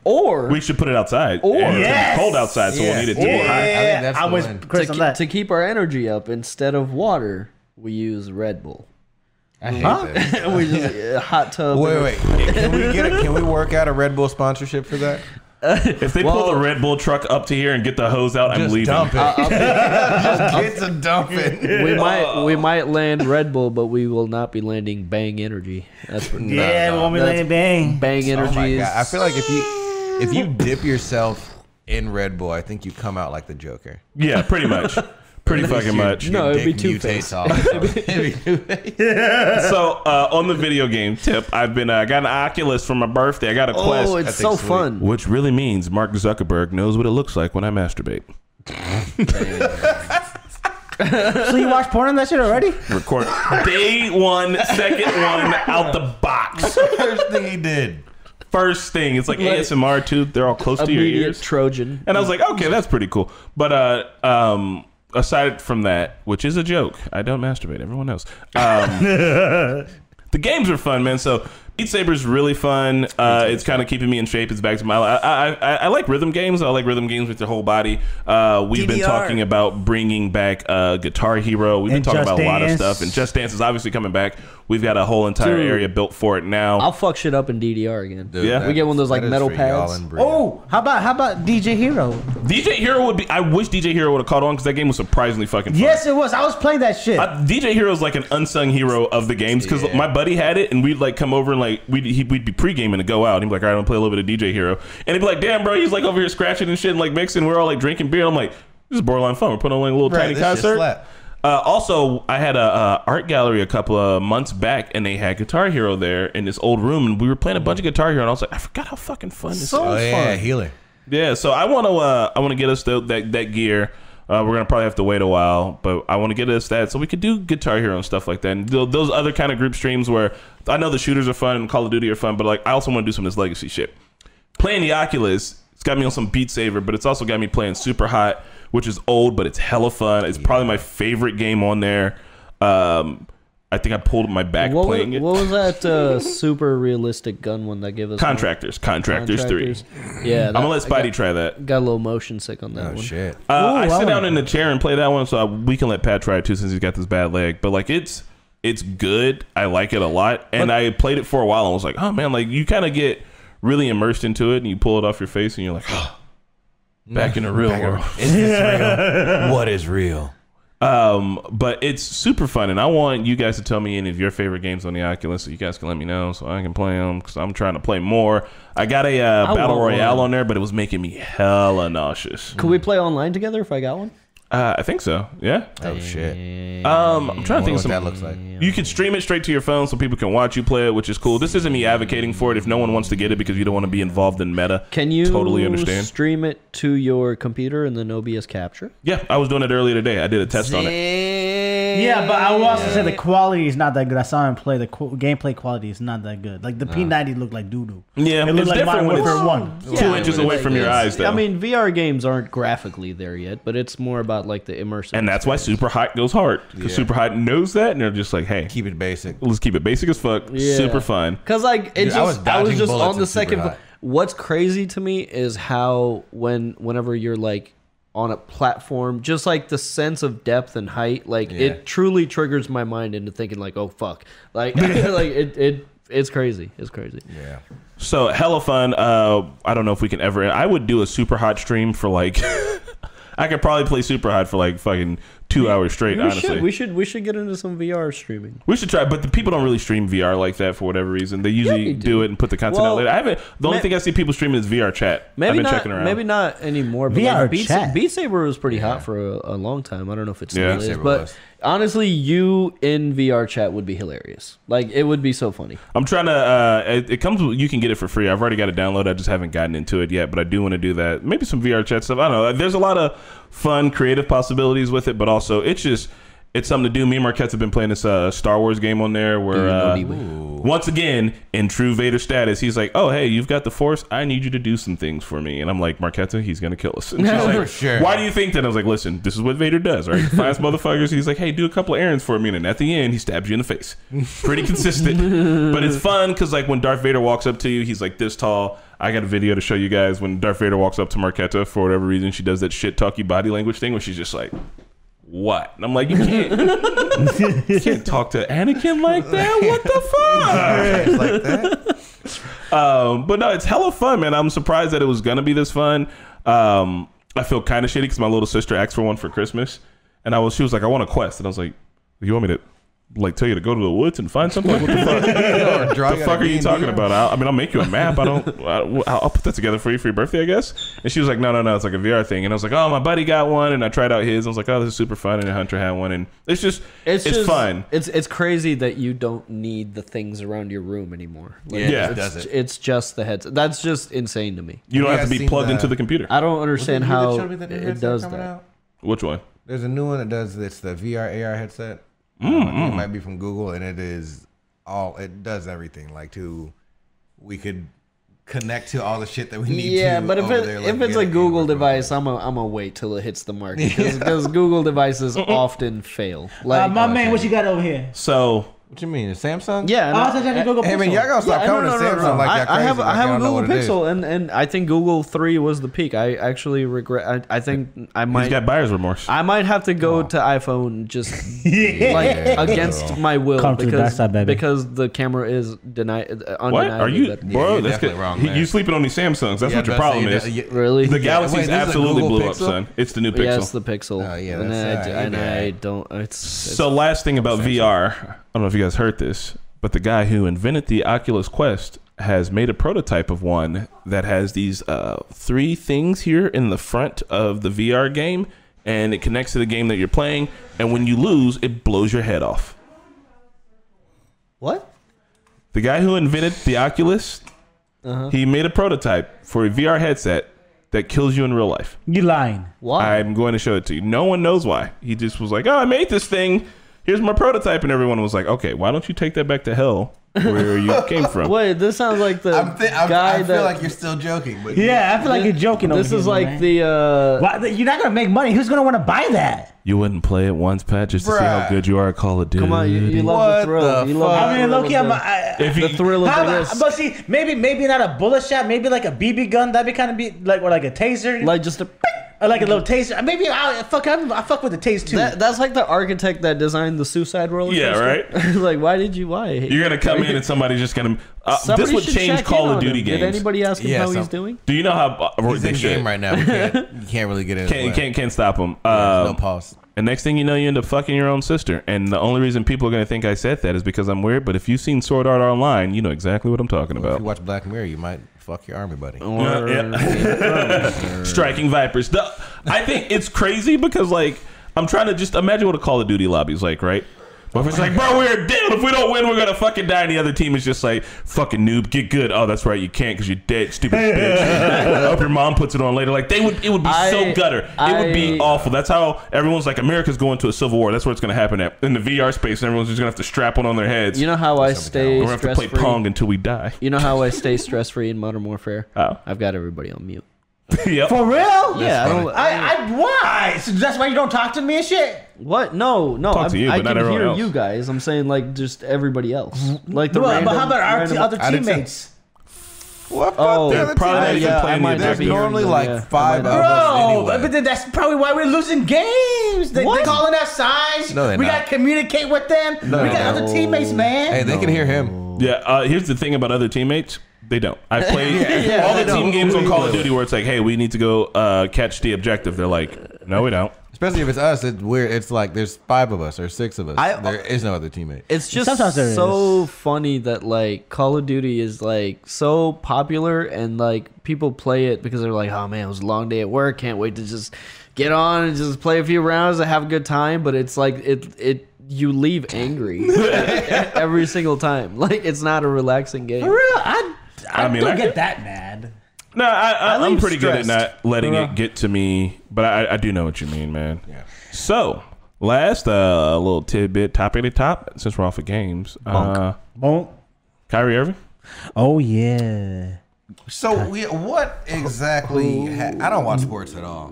Speaker 4: Or
Speaker 3: we should put it outside.
Speaker 4: Or-
Speaker 3: And it's gonna be
Speaker 5: Yes.
Speaker 3: cold outside, so
Speaker 2: Yes.
Speaker 3: we'll need it to be hot.
Speaker 2: I think
Speaker 5: Yeah,
Speaker 2: that's
Speaker 5: I,
Speaker 2: the
Speaker 5: was
Speaker 2: one.
Speaker 4: to,
Speaker 5: Chris on
Speaker 4: ke-
Speaker 5: that.
Speaker 4: to keep our energy up, instead of water, we use Red Bull.
Speaker 2: I hate
Speaker 5: Huh?
Speaker 2: this.
Speaker 4: we just a hot tub.
Speaker 2: Wait, wait. Can we get? A, can we work out a Red Bull sponsorship for that?
Speaker 3: If they pull
Speaker 4: Well-
Speaker 3: the Red Bull truck up to here and get the hose out, I'm
Speaker 2: Just
Speaker 3: leaving.
Speaker 2: dump it.
Speaker 4: I'll
Speaker 2: Just get to dump it.
Speaker 4: We might we might land Red Bull, but we will not be landing Bang Energy. That's for
Speaker 5: yeah,
Speaker 2: No,
Speaker 5: we
Speaker 2: no.
Speaker 5: won't be
Speaker 4: That's-
Speaker 5: laying bang.
Speaker 4: Bang
Speaker 2: Oh my
Speaker 4: Energy is.
Speaker 2: god! I feel like if you if you dip yourself in Red Bull, I think you come out like the Joker.
Speaker 3: Yeah, pretty much. Pretty fucking much.
Speaker 4: No, it'd be
Speaker 2: dick
Speaker 4: Two-Face.
Speaker 2: mutates off. It'd be-
Speaker 3: So uh, on the video game tip, I've been uh, I got an Oculus for my birthday. I got a Quest.
Speaker 4: oh, it's
Speaker 2: think
Speaker 4: so
Speaker 2: sweet.
Speaker 4: fun.
Speaker 3: Which really means Mark Zuckerberg knows what it looks like when I masturbate.
Speaker 5: So you watch porn on that shit already?
Speaker 3: Record day one, second one out the box.
Speaker 2: First thing he did.
Speaker 3: First thing, it's like ASMR too. They're all close to your
Speaker 4: Immediate
Speaker 3: ears,
Speaker 4: Trojan.
Speaker 3: and I was like, okay, that's pretty cool. But uh, um, aside from that, which is a joke, I don't masturbate. Everyone knows. Um, the games are fun, man. So Beat Saber's really fun. Uh, it's kind of keeping me in shape. It's back to my. I, I, I, I like rhythm games. I like rhythm games with your whole body. Uh, we've been
Speaker 1: DDR.
Speaker 3: talking about bringing back uh, Guitar Hero. We've been
Speaker 5: And
Speaker 3: talking
Speaker 5: Just
Speaker 3: about a lot of
Speaker 5: Dance.
Speaker 3: stuff. And Just Dance is obviously coming back. We've got a whole entire
Speaker 4: Dude.
Speaker 3: area built for it now.
Speaker 4: I'll fuck shit up in DDR again.
Speaker 2: Dude,
Speaker 3: Yeah.
Speaker 2: that
Speaker 3: We
Speaker 4: get one of those,
Speaker 2: is-
Speaker 4: like,
Speaker 2: that is
Speaker 4: metal
Speaker 2: for y'all
Speaker 4: pads.
Speaker 2: and Bria.
Speaker 5: Oh, how about how about DJ Hero?
Speaker 3: DJ Hero would be. I wish DJ Hero would have caught on because that game was surprisingly fucking. Fun.
Speaker 5: Yes, it was. I was playing that shit.
Speaker 3: Uh, DJ Hero is like an unsung hero of the games because
Speaker 2: Yeah.
Speaker 3: my buddy had it and we'd like come over and like we'd, he, we'd be pre-gaming to go out and he'd be like all right I'm gonna play a little bit of DJ Hero and he'd be like damn bro he's like over here scratching and shit and like mixing we're all like drinking beer I'm like this is borderline fun we're putting on like a little
Speaker 2: Right,
Speaker 3: tiny
Speaker 2: this shit
Speaker 3: concert
Speaker 2: slap.
Speaker 3: uh, also I had a uh, art gallery a couple of months back and they had Guitar Hero there in this old room and we were playing a bunch of Guitar Hero and I was like I forgot how fucking fun this is
Speaker 2: Oh, yeah,
Speaker 4: fun.
Speaker 2: healer.
Speaker 3: yeah, so I want to uh, I want to get us tho- that that gear. Uh, we're gonna probably have to wait a while, but I want to get us that so we could do Guitar Hero and stuff like that. And th- those other kind of group streams where I know the shooters are fun and Call of Duty are fun, but like I also want to do some of this legacy shit. Playing the Oculus, it's got me on some Beat Saber, but it's also got me playing Super Hot, which is old, but it's hella fun. It's probably my favorite game on there. Um, I think I pulled my back
Speaker 4: What was,
Speaker 3: playing it.
Speaker 4: what was that uh, super realistic gun one that gave us?
Speaker 3: Contractors, Contractors,
Speaker 4: Contractors?
Speaker 3: three.
Speaker 4: Yeah, that,
Speaker 3: I'm gonna let
Speaker 4: I got-
Speaker 3: Spidey try that.
Speaker 4: Got a little motion sick on that
Speaker 2: Oh
Speaker 4: one.
Speaker 2: shit.
Speaker 3: Uh, I
Speaker 5: Ooh, I
Speaker 3: sit down
Speaker 5: like
Speaker 3: in the chair and play that one, so I, we can let Pat try it too, since he's got this bad leg. But like, it's it's good. I like it a lot, and I played it for a while and was like, oh man, like you kind of get really immersed into it, and you pull it off your face, and you're like, oh, back in the real world.
Speaker 2: Is this real? what is real?
Speaker 3: Um, but it's super fun, and I want you guys to tell me any of your favorite games on the Oculus, so you guys can let me know, so I can play them because I'm trying to play more. I got a uh,
Speaker 4: I
Speaker 3: battle
Speaker 4: want
Speaker 3: royale
Speaker 4: one.
Speaker 3: on there, but it was making me hella nauseous.
Speaker 4: Could we play online together if I got one?
Speaker 3: Uh, I think so. Yeah.
Speaker 2: Oh shit.
Speaker 3: Um, I'm
Speaker 2: I
Speaker 3: trying to
Speaker 2: wonder
Speaker 3: think of
Speaker 2: what
Speaker 3: some.
Speaker 2: that looks like.
Speaker 3: You can stream it straight to your phone so people can watch you play it, which is cool. This isn't me advocating for it if no one wants to get it because you don't want to be involved in meta.
Speaker 4: Can you
Speaker 3: totally understand?
Speaker 4: stream it to your computer and then OBS capture?
Speaker 3: yeah, I was doing it earlier today. I did a test on it.
Speaker 5: yeah, but I will also say the quality is not that good. I saw him play the qu- gameplay quality is not that good. Like the P90 looked like doo doo.
Speaker 3: Yeah,
Speaker 5: it looked
Speaker 3: it's
Speaker 5: like
Speaker 3: different
Speaker 5: Modern
Speaker 3: when
Speaker 5: Warfare
Speaker 3: it's-
Speaker 5: One.
Speaker 3: Two inches away from your eyes, though.
Speaker 4: I mean, VR games aren't graphically there yet, but it's more about like the immersive.
Speaker 3: and that's why Super Hot goes hard because
Speaker 2: Yeah.
Speaker 3: Super Hot knows that, and they're just like, "Hey,
Speaker 2: Keep it basic.
Speaker 3: let's keep it basic as fuck,
Speaker 4: Yeah.
Speaker 3: super fun."
Speaker 4: Cause like it
Speaker 2: Dude,
Speaker 4: just,
Speaker 2: I
Speaker 4: I
Speaker 2: was
Speaker 4: was,
Speaker 2: dodging
Speaker 4: just
Speaker 2: bullets
Speaker 4: on the
Speaker 2: in Super
Speaker 4: second.
Speaker 2: Hot.
Speaker 4: What's crazy to me is how when whenever you're like on a platform, just like the sense of depth and height, like
Speaker 2: Yeah.
Speaker 4: it truly triggers my mind into thinking like, oh fuck, like like it it it's crazy, it's crazy.
Speaker 2: Yeah.
Speaker 3: So hella fun. Uh, I don't know if we can ever. I would do a super hot stream for like. I could probably play super hot for like fucking two hours straight.
Speaker 4: We
Speaker 3: honestly,
Speaker 4: should we should we should get into some VR streaming.
Speaker 3: We should try, but the people don't really stream VR like that for whatever reason. They usually
Speaker 4: they
Speaker 3: do.
Speaker 4: do.
Speaker 3: it and put the content
Speaker 4: Well,
Speaker 3: out later. I haven't. The only
Speaker 4: ma-
Speaker 3: thing I see people streaming is VR chat. I've
Speaker 4: Maybe
Speaker 3: been
Speaker 4: not.
Speaker 3: checking around.
Speaker 4: Maybe not anymore. But
Speaker 5: VR
Speaker 4: like Beat,
Speaker 5: chat.
Speaker 4: Beat Saber was pretty hot for a, a long time. I don't know if it still
Speaker 3: Yeah. Beat
Speaker 4: is,
Speaker 2: Saber
Speaker 4: but
Speaker 2: was.
Speaker 4: honestly, you in VR chat would be hilarious. Like it would be so funny.
Speaker 3: I'm trying to. Uh, it, it comes. with- You can get it for free. I've already got it downloaded. I just haven't gotten into it yet, but I do want to do that. Maybe some VR chat stuff. I don't know. There's a lot of fun, creative possibilities with it, but also it's just it's something to do. Me and Marquette have been playing this uh, Star Wars game on there
Speaker 4: Do
Speaker 3: where
Speaker 4: you know
Speaker 3: uh,
Speaker 4: D-Wing?
Speaker 3: once again in true Vader status, he's like, "Oh hey, you've got the Force. I need you to do some things for me." And I'm like, "Marquette, he's gonna kill us." And she's like,
Speaker 2: For sure.
Speaker 3: Why do you think that? I was like, "Listen, this is what Vader does, right? He Finds motherfuckers. He's like, "Hey, do a couple of errands for me," and then at the end, he stabs you in the face. Pretty consistent, but it's fun because like when Darth Vader walks up to you, he's like this tall. I got a video to show you guys when Darth Vader walks up to Marquetta for whatever reason. She does that shit talky body language thing where she's just like, "What?" And I'm like, "You can't, you can't talk to Anakin like that. What the fuck?"
Speaker 2: It's like that.
Speaker 3: Um, but no, it's hella fun, man. I'm surprised that it was gonna be this fun. Um, I feel kind of shitty because my little sister asked for one for Christmas, and I was she was like, "I want a quest," and I was like, "You want me to like tell you to go to the woods and find something? Like, what the fuck?"
Speaker 2: Or draw
Speaker 3: the
Speaker 2: you
Speaker 3: fuck
Speaker 2: a
Speaker 3: are you
Speaker 2: D&D
Speaker 3: talking
Speaker 2: room.
Speaker 3: about? I, I mean, I'll make you a map. I don't. I, will put that together for you for your birthday, I guess. And she was like, no, no, no. It's like a VR thing. And I was like, oh, my buddy got one, and I tried out his. I was like, oh, this is super fun. And Hunter had one, and it's just, it's,
Speaker 4: just,
Speaker 3: fun.
Speaker 4: It's it's crazy that you don't need the things around your room anymore. Like,
Speaker 2: Yeah,
Speaker 3: Yeah.
Speaker 2: it does
Speaker 4: it's,
Speaker 2: it.
Speaker 4: it's just the heads. That's just insane to me.
Speaker 3: You don't
Speaker 2: Have
Speaker 3: have
Speaker 2: you
Speaker 3: to
Speaker 2: guys
Speaker 3: be
Speaker 2: seen
Speaker 3: plugged
Speaker 2: the-
Speaker 3: into the computer.
Speaker 4: I don't understand
Speaker 2: Who that
Speaker 4: how
Speaker 2: showed me that new
Speaker 4: it
Speaker 2: headset
Speaker 4: does
Speaker 2: coming
Speaker 4: that.
Speaker 2: out?
Speaker 3: Which one?
Speaker 2: There's a new one that does this, the VR AR headset.
Speaker 3: Mm,
Speaker 2: Uh, It might be from Google, and it is all it does everything. Like to, we could connect to all the shit that we need.
Speaker 4: Yeah,
Speaker 2: to
Speaker 4: but if
Speaker 2: over
Speaker 4: it,
Speaker 2: there, Oh, like,
Speaker 4: if it's
Speaker 2: get
Speaker 4: a
Speaker 2: it
Speaker 4: Google
Speaker 2: anywhere from
Speaker 4: device,
Speaker 2: there.
Speaker 4: I'm a, I'm gonna wait till it hits the market because Google devices often fail. Like
Speaker 3: Uh,
Speaker 5: Uh, my man, what you got over here? Oh,
Speaker 3: So
Speaker 2: What you mean, Samsung?
Speaker 4: Yeah, and
Speaker 5: I was actually having Google
Speaker 2: Hey, man,
Speaker 5: Pixel.
Speaker 2: y'all gotta stop
Speaker 4: I-
Speaker 2: coming to Samsung like that
Speaker 4: I, I
Speaker 2: crazy.
Speaker 4: have
Speaker 2: like,
Speaker 4: I have
Speaker 2: y'all
Speaker 4: a
Speaker 2: know
Speaker 4: Google
Speaker 2: what it is.
Speaker 4: Pixel, and, and I think Google three was the peak. I actually regret. I, I think I
Speaker 3: He's
Speaker 4: might
Speaker 3: got buyer's remorse.
Speaker 4: I might have to go to iPhone just
Speaker 5: Yeah.
Speaker 4: like
Speaker 2: Yeah.
Speaker 4: against my will
Speaker 5: Come to the
Speaker 4: because
Speaker 5: backside, baby.
Speaker 4: because the camera is denied undeniably
Speaker 3: What are you,
Speaker 4: better.
Speaker 3: bro?
Speaker 2: you're
Speaker 3: that's
Speaker 2: definitely
Speaker 3: good.
Speaker 2: wrong
Speaker 3: He-
Speaker 2: there.
Speaker 3: you sleeping on these Samsungs. That's
Speaker 2: Yeah,
Speaker 3: what your
Speaker 2: but I say
Speaker 3: problem
Speaker 2: you
Speaker 3: is.
Speaker 2: know- you-
Speaker 4: Really?
Speaker 3: The
Speaker 2: Yeah,
Speaker 3: Galaxy's
Speaker 2: wait, this is a
Speaker 3: absolutely
Speaker 2: Google
Speaker 3: blew up,
Speaker 2: Pixel?
Speaker 3: son. It's the new
Speaker 4: Yeah,
Speaker 3: Pixel.
Speaker 4: it's the Pixel.
Speaker 2: Oh, yeah,
Speaker 4: and
Speaker 2: that's-
Speaker 4: I,
Speaker 2: alright,
Speaker 4: and
Speaker 2: yeah.
Speaker 4: I don't. It's,
Speaker 3: So last thing about VR, I don't know if you guys heard this, but the guy who invented the Oculus Quest has made a prototype of one that has these uh, three things here in the front of the VR game, and it connects to the game that you're playing. And when you lose, it blows your head off.
Speaker 4: what?
Speaker 3: The guy who invented the Oculus,
Speaker 2: Uh-huh.
Speaker 3: he made a prototype for a VR headset that kills you in real life.
Speaker 5: You lying.
Speaker 4: Why?
Speaker 3: I'm going to show it to you. No one knows why. He just was like, "Oh, I made this thing. Here's my prototype," and everyone was like, "Okay, why don't you take that back to hell where you came from?"
Speaker 4: Wait, this sounds like the
Speaker 2: I'm thi- I'm,
Speaker 4: guy
Speaker 2: I feel
Speaker 4: that.
Speaker 2: like you're still joking, but
Speaker 5: Yeah, I feel like you're joking.
Speaker 4: this
Speaker 5: over
Speaker 4: is
Speaker 5: here,
Speaker 4: like
Speaker 5: man.
Speaker 4: the. uh
Speaker 5: Why, you're not gonna make money. Who's gonna want to buy that?
Speaker 3: You wouldn't play it once, Pat, just to see how
Speaker 2: Bruh.
Speaker 3: good you are at Call of Duty.
Speaker 4: Come on, you, you love
Speaker 2: What
Speaker 4: the thrill.
Speaker 2: the
Speaker 4: you love
Speaker 2: fuck?
Speaker 4: the
Speaker 5: I mean,
Speaker 4: thrill
Speaker 5: Loki,
Speaker 4: of
Speaker 5: I'm.
Speaker 4: the-
Speaker 5: I,
Speaker 3: if
Speaker 4: the
Speaker 3: you-
Speaker 4: thrill of the
Speaker 5: How about-
Speaker 4: risk.
Speaker 5: but see, maybe maybe not a bullet shot, maybe like a BB gun. That'd be kind of be like or like a taser, like,
Speaker 4: like just a.
Speaker 5: or like a little taser. Uh, Maybe I fuck I'm, I fuck with the taser too.
Speaker 4: That, that's like the architect that designed the suicide roller
Speaker 3: Yeah,
Speaker 4: coaster. like, why did you? Why?
Speaker 3: You're gonna come in and somebody's just gonna. Uh, this
Speaker 4: Somebody
Speaker 3: would
Speaker 4: should
Speaker 3: change
Speaker 4: check
Speaker 3: Call
Speaker 4: in
Speaker 3: of
Speaker 4: on
Speaker 3: Duty
Speaker 4: him.
Speaker 3: games.
Speaker 4: Did anybody ask him
Speaker 2: Yeah,
Speaker 4: how he's
Speaker 2: some-
Speaker 4: doing?
Speaker 3: Do you know how uh,
Speaker 2: he's
Speaker 3: they
Speaker 2: in game
Speaker 3: should?
Speaker 2: right now. We can't, you can't really get in. his
Speaker 3: Can't,
Speaker 2: way.
Speaker 3: can't can't stop him.
Speaker 2: There's
Speaker 3: Um,
Speaker 2: no pause.
Speaker 3: And next thing you know, you end up fucking your own sister. And the only reason people are gonna think I said that is because I'm weird. But if you've seen Sword Art Online, you know exactly what I'm talking
Speaker 2: If
Speaker 3: about.
Speaker 2: you watch Black Mirror, you might fuck your army buddy.
Speaker 3: Yeah, yeah. Striking vipers. The, I think it's crazy because like I'm trying to just imagine what a Call of Duty lobby is like, right? But it's like, bro, we're dead. If we don't win, we're gonna fucking die. And the other team is just like, fucking noob, get good. Oh, that's right, you can't because you're dead, stupid bitch. I hope your mom puts it on later. Like they would, it would be so
Speaker 4: I-
Speaker 3: gutter. It would be
Speaker 4: I-
Speaker 3: awful. That's how everyone's like, America's going to a civil war. That's where it's gonna happen at in the VR space. And everyone's just gonna have to strap one on their heads.
Speaker 4: You know how I stay
Speaker 3: we're gonna have to
Speaker 4: stress
Speaker 3: play
Speaker 4: free.
Speaker 3: pong until we die.
Speaker 4: You know how I stay stress free in Modern Warfare.
Speaker 3: How?
Speaker 4: I've got everybody on mute.
Speaker 3: yep.
Speaker 5: For real?
Speaker 4: yeah, I
Speaker 2: funny.
Speaker 4: don't. I,
Speaker 5: I, I why? So that's why you don't talk to me and shit.
Speaker 4: what? No, no.
Speaker 3: Talk
Speaker 4: I,
Speaker 3: to you,
Speaker 4: I
Speaker 3: but not
Speaker 4: can
Speaker 3: everyone
Speaker 4: hear
Speaker 3: else.
Speaker 4: you guys. I'm saying like just everybody else. Like the
Speaker 5: Well,
Speaker 4: random.
Speaker 5: but how about our t-
Speaker 4: random-
Speaker 5: other
Speaker 2: I did too.
Speaker 5: teammates?
Speaker 2: What?
Speaker 4: Oh,
Speaker 2: the
Speaker 4: they're
Speaker 2: other
Speaker 3: probably not
Speaker 2: team?
Speaker 3: even playing the
Speaker 2: There's
Speaker 3: attack.
Speaker 2: normally
Speaker 4: Yeah,
Speaker 2: like
Speaker 4: I might
Speaker 2: five
Speaker 4: not
Speaker 2: of
Speaker 4: be
Speaker 2: us
Speaker 5: Bro,
Speaker 2: anyway.
Speaker 5: but then that's probably why we're losing games. They,
Speaker 4: What?
Speaker 5: are calling us signs.
Speaker 2: No, they're
Speaker 5: we
Speaker 2: not.
Speaker 5: gotta communicate with them. we got
Speaker 2: no.
Speaker 5: other teammates, man.
Speaker 2: Hey, they can hear him.
Speaker 3: Yeah, uh, here's the thing about other teammates. They don't. I played
Speaker 4: Yeah,
Speaker 3: all the
Speaker 4: they don't.
Speaker 3: team games on Call of Duty where it's like, hey, we need to go uh, catch the objective. They're like, no, we don't.
Speaker 2: Especially if it's us, it's weird. It's like there's five of us or six of us.
Speaker 4: I-
Speaker 2: there is no other teammate.
Speaker 4: It's just
Speaker 5: Sometimes there
Speaker 4: so funny that like Call of Duty is like so popular and like people play it because they're like, oh man, it was a long day at work. Can't wait to just get on and just play a few rounds and have a good time. But it's like it it you leave angry every single time. Like it's not a relaxing
Speaker 5: For
Speaker 4: game.
Speaker 5: real, I, I,
Speaker 3: I mean,
Speaker 5: don't
Speaker 3: I-
Speaker 5: get that mad.
Speaker 3: No, I, I,
Speaker 4: I
Speaker 3: I'm
Speaker 4: leave
Speaker 3: pretty good at
Speaker 4: stressed.
Speaker 3: not letting
Speaker 5: Yeah.
Speaker 3: it get to me, but I, I do know what you mean, man.
Speaker 2: Yeah.
Speaker 3: So, last uh, little tidbit, top of the top, since we're off of games. Uh,
Speaker 5: Oh,
Speaker 3: Kyrie Irving?
Speaker 5: oh yeah.
Speaker 2: So we, what exactly? Ha- I don't watch sports at all.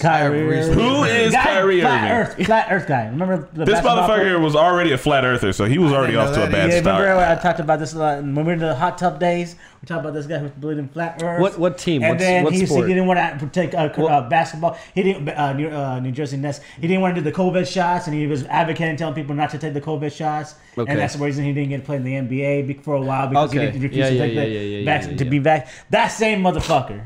Speaker 5: Kyrie.
Speaker 2: Irving.
Speaker 3: Who is
Speaker 5: Guy-
Speaker 3: Kyrie
Speaker 5: Flat
Speaker 3: Irving?
Speaker 5: Earth, flat Earth guy. Remember the
Speaker 3: This
Speaker 5: basketball
Speaker 3: motherfucker
Speaker 5: player?
Speaker 3: here was already a flat earther, so he was already
Speaker 2: didn't
Speaker 3: off to
Speaker 2: know
Speaker 3: a
Speaker 2: that
Speaker 3: bad
Speaker 5: Yeah, remember
Speaker 3: start.
Speaker 5: I talked about this a lot when we were in the hot tub days. We talked about this guy who's believed in flat Earth.
Speaker 4: What- what team?
Speaker 5: And
Speaker 4: What's-
Speaker 5: then
Speaker 4: what
Speaker 5: he used to,
Speaker 4: sport?
Speaker 5: he didn't want to take uh, c- uh, basketball. He didn't uh, New, uh, New Jersey Nets. He didn't want to do the COVID shots, and he was advocating telling people not to take the COVID shots.
Speaker 4: Okay.
Speaker 5: And that's the reason he didn't get to play in the NBA be- for a while because he
Speaker 4: Okay.
Speaker 5: didn't refuse
Speaker 4: Yeah,
Speaker 5: to
Speaker 4: yeah,
Speaker 5: take
Speaker 4: yeah,
Speaker 5: the
Speaker 4: yeah, yeah, yeah,
Speaker 5: vac-
Speaker 4: yeah,
Speaker 5: to
Speaker 4: yeah.
Speaker 5: be back. That same motherfucker.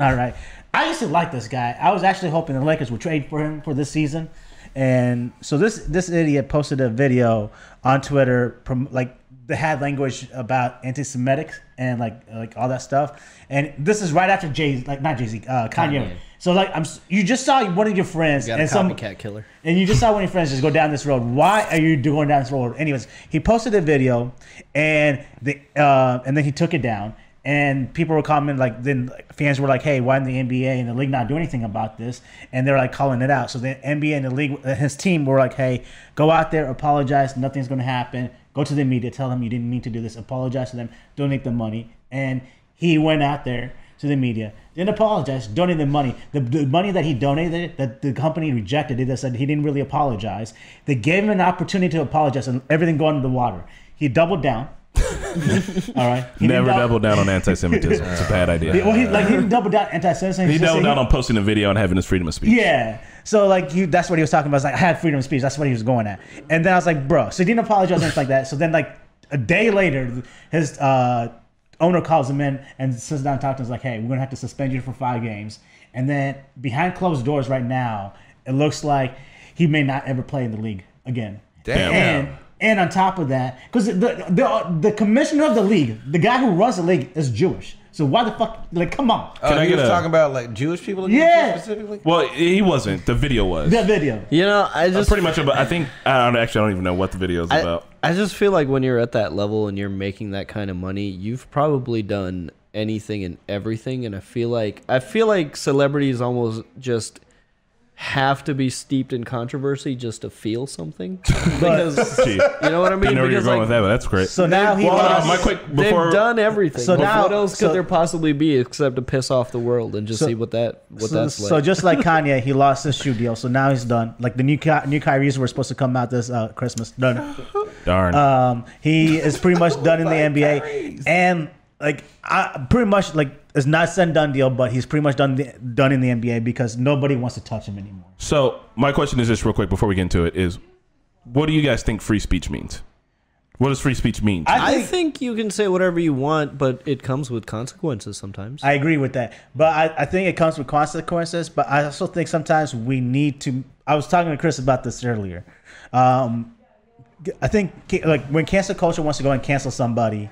Speaker 5: All right. I used to like this guy. I was actually hoping the Lakers would trade for him for this season. And so this this idiot posted a video on Twitter, prom- like that had language about anti-Semitic and like like all that stuff. And this is right after Jay, like not Jay Z, uh, Kanye.
Speaker 4: Kanye.
Speaker 5: So like I'm, s- you just saw one of your friends
Speaker 4: Got a
Speaker 5: and some
Speaker 4: copycat killer.
Speaker 5: and you just saw one of your friends just go down this road. Why are you going down this road? Anyways, he posted a video, and the uh, and then he took it down. And people were commenting like, then fans were like, "Hey, why didn't the NBA and the league not do anything about this?" And they're like calling it out. So the NBA and the league, uh, his team were like, "Hey, go out there, apologize. Nothing's going to happen. Go to the media, tell them you didn't mean to do this. Apologize to them. Donate the money." And he went out there to the media, didn't apologize, donated the money. The, the money that he donated, that the company rejected, they said he didn't really apologize. They gave him an opportunity to apologize, and everything going to the water. He doubled down. All right. He didn't
Speaker 3: Never
Speaker 5: dou-
Speaker 3: double down on anti-Semitism. it's a bad idea.
Speaker 5: Well, he like he didn't double down anti-Semitism.
Speaker 3: he
Speaker 5: just
Speaker 3: doubled
Speaker 5: said
Speaker 3: down on posting a video and having his freedom of speech.
Speaker 5: Yeah. So like you, that's what he was talking about. It's like I had freedom of speech. That's what he was going at. And then I was like, bro. So he didn't apologize or anything like that. So then like a day later, his uh, owner calls him in and sits down and talks to him. He's like, hey, we're gonna have to suspend you for five games. And then behind closed doors right now, it looks like he may not ever play in the league again.
Speaker 2: Damn.
Speaker 5: And and on top of that, because the, the the commissioner of the league, the guy who runs the league, is Jewish. So why the fuck? Like, come on.
Speaker 2: Oh,
Speaker 3: Can I
Speaker 2: he
Speaker 3: get
Speaker 2: was
Speaker 3: a-
Speaker 2: talking about like Jewish people again,
Speaker 5: Yeah.
Speaker 2: specifically?
Speaker 3: Well, he wasn't. The video was.
Speaker 5: That video.
Speaker 4: You know, I just
Speaker 3: Pretty much about. I think. I don't actually. I don't even know what the video is
Speaker 4: I,
Speaker 3: about.
Speaker 4: I just feel like when you're at that level and you're making that kind of money, you've probably done anything and everything and I feel like I feel like celebrities almost just have to be steeped in controversy just to feel something. Because
Speaker 3: Gee, I
Speaker 4: you know what I mean?
Speaker 3: know where you're
Speaker 4: because
Speaker 3: going
Speaker 4: like,
Speaker 3: with that, but that's great.
Speaker 5: So now he
Speaker 3: well, hold
Speaker 5: lost-
Speaker 3: on, my quick
Speaker 4: They've
Speaker 3: before
Speaker 4: done everything.
Speaker 5: So
Speaker 4: So
Speaker 5: now-
Speaker 4: what else could
Speaker 5: so-
Speaker 4: there possibly be except to piss off the world and just
Speaker 5: So-
Speaker 4: see what that what
Speaker 5: so,
Speaker 4: that's like?
Speaker 5: so just like Kanye, he lost his shoe deal, so now he's done. Like the new Ky- new Kyrie's were supposed to come out this uh, Christmas. Done.
Speaker 3: darn.
Speaker 5: Um, he is pretty much done in the NBA, and like I pretty much like it's not said and done deal, but he's pretty much done the, done in the NBA because nobody wants to touch him anymore.
Speaker 3: so my question is just real quick before we get into it is, what do you guys think free speech means? What does free speech mean? to you?
Speaker 5: I
Speaker 4: I
Speaker 5: think
Speaker 4: think you can say whatever you want, but it comes with consequences sometimes.
Speaker 5: I agree with that, but I, I think it comes with consequences. But I also think sometimes we need to. I was talking to Chris about this earlier. Um, I think ca- like when cancel culture wants to go and cancel somebody,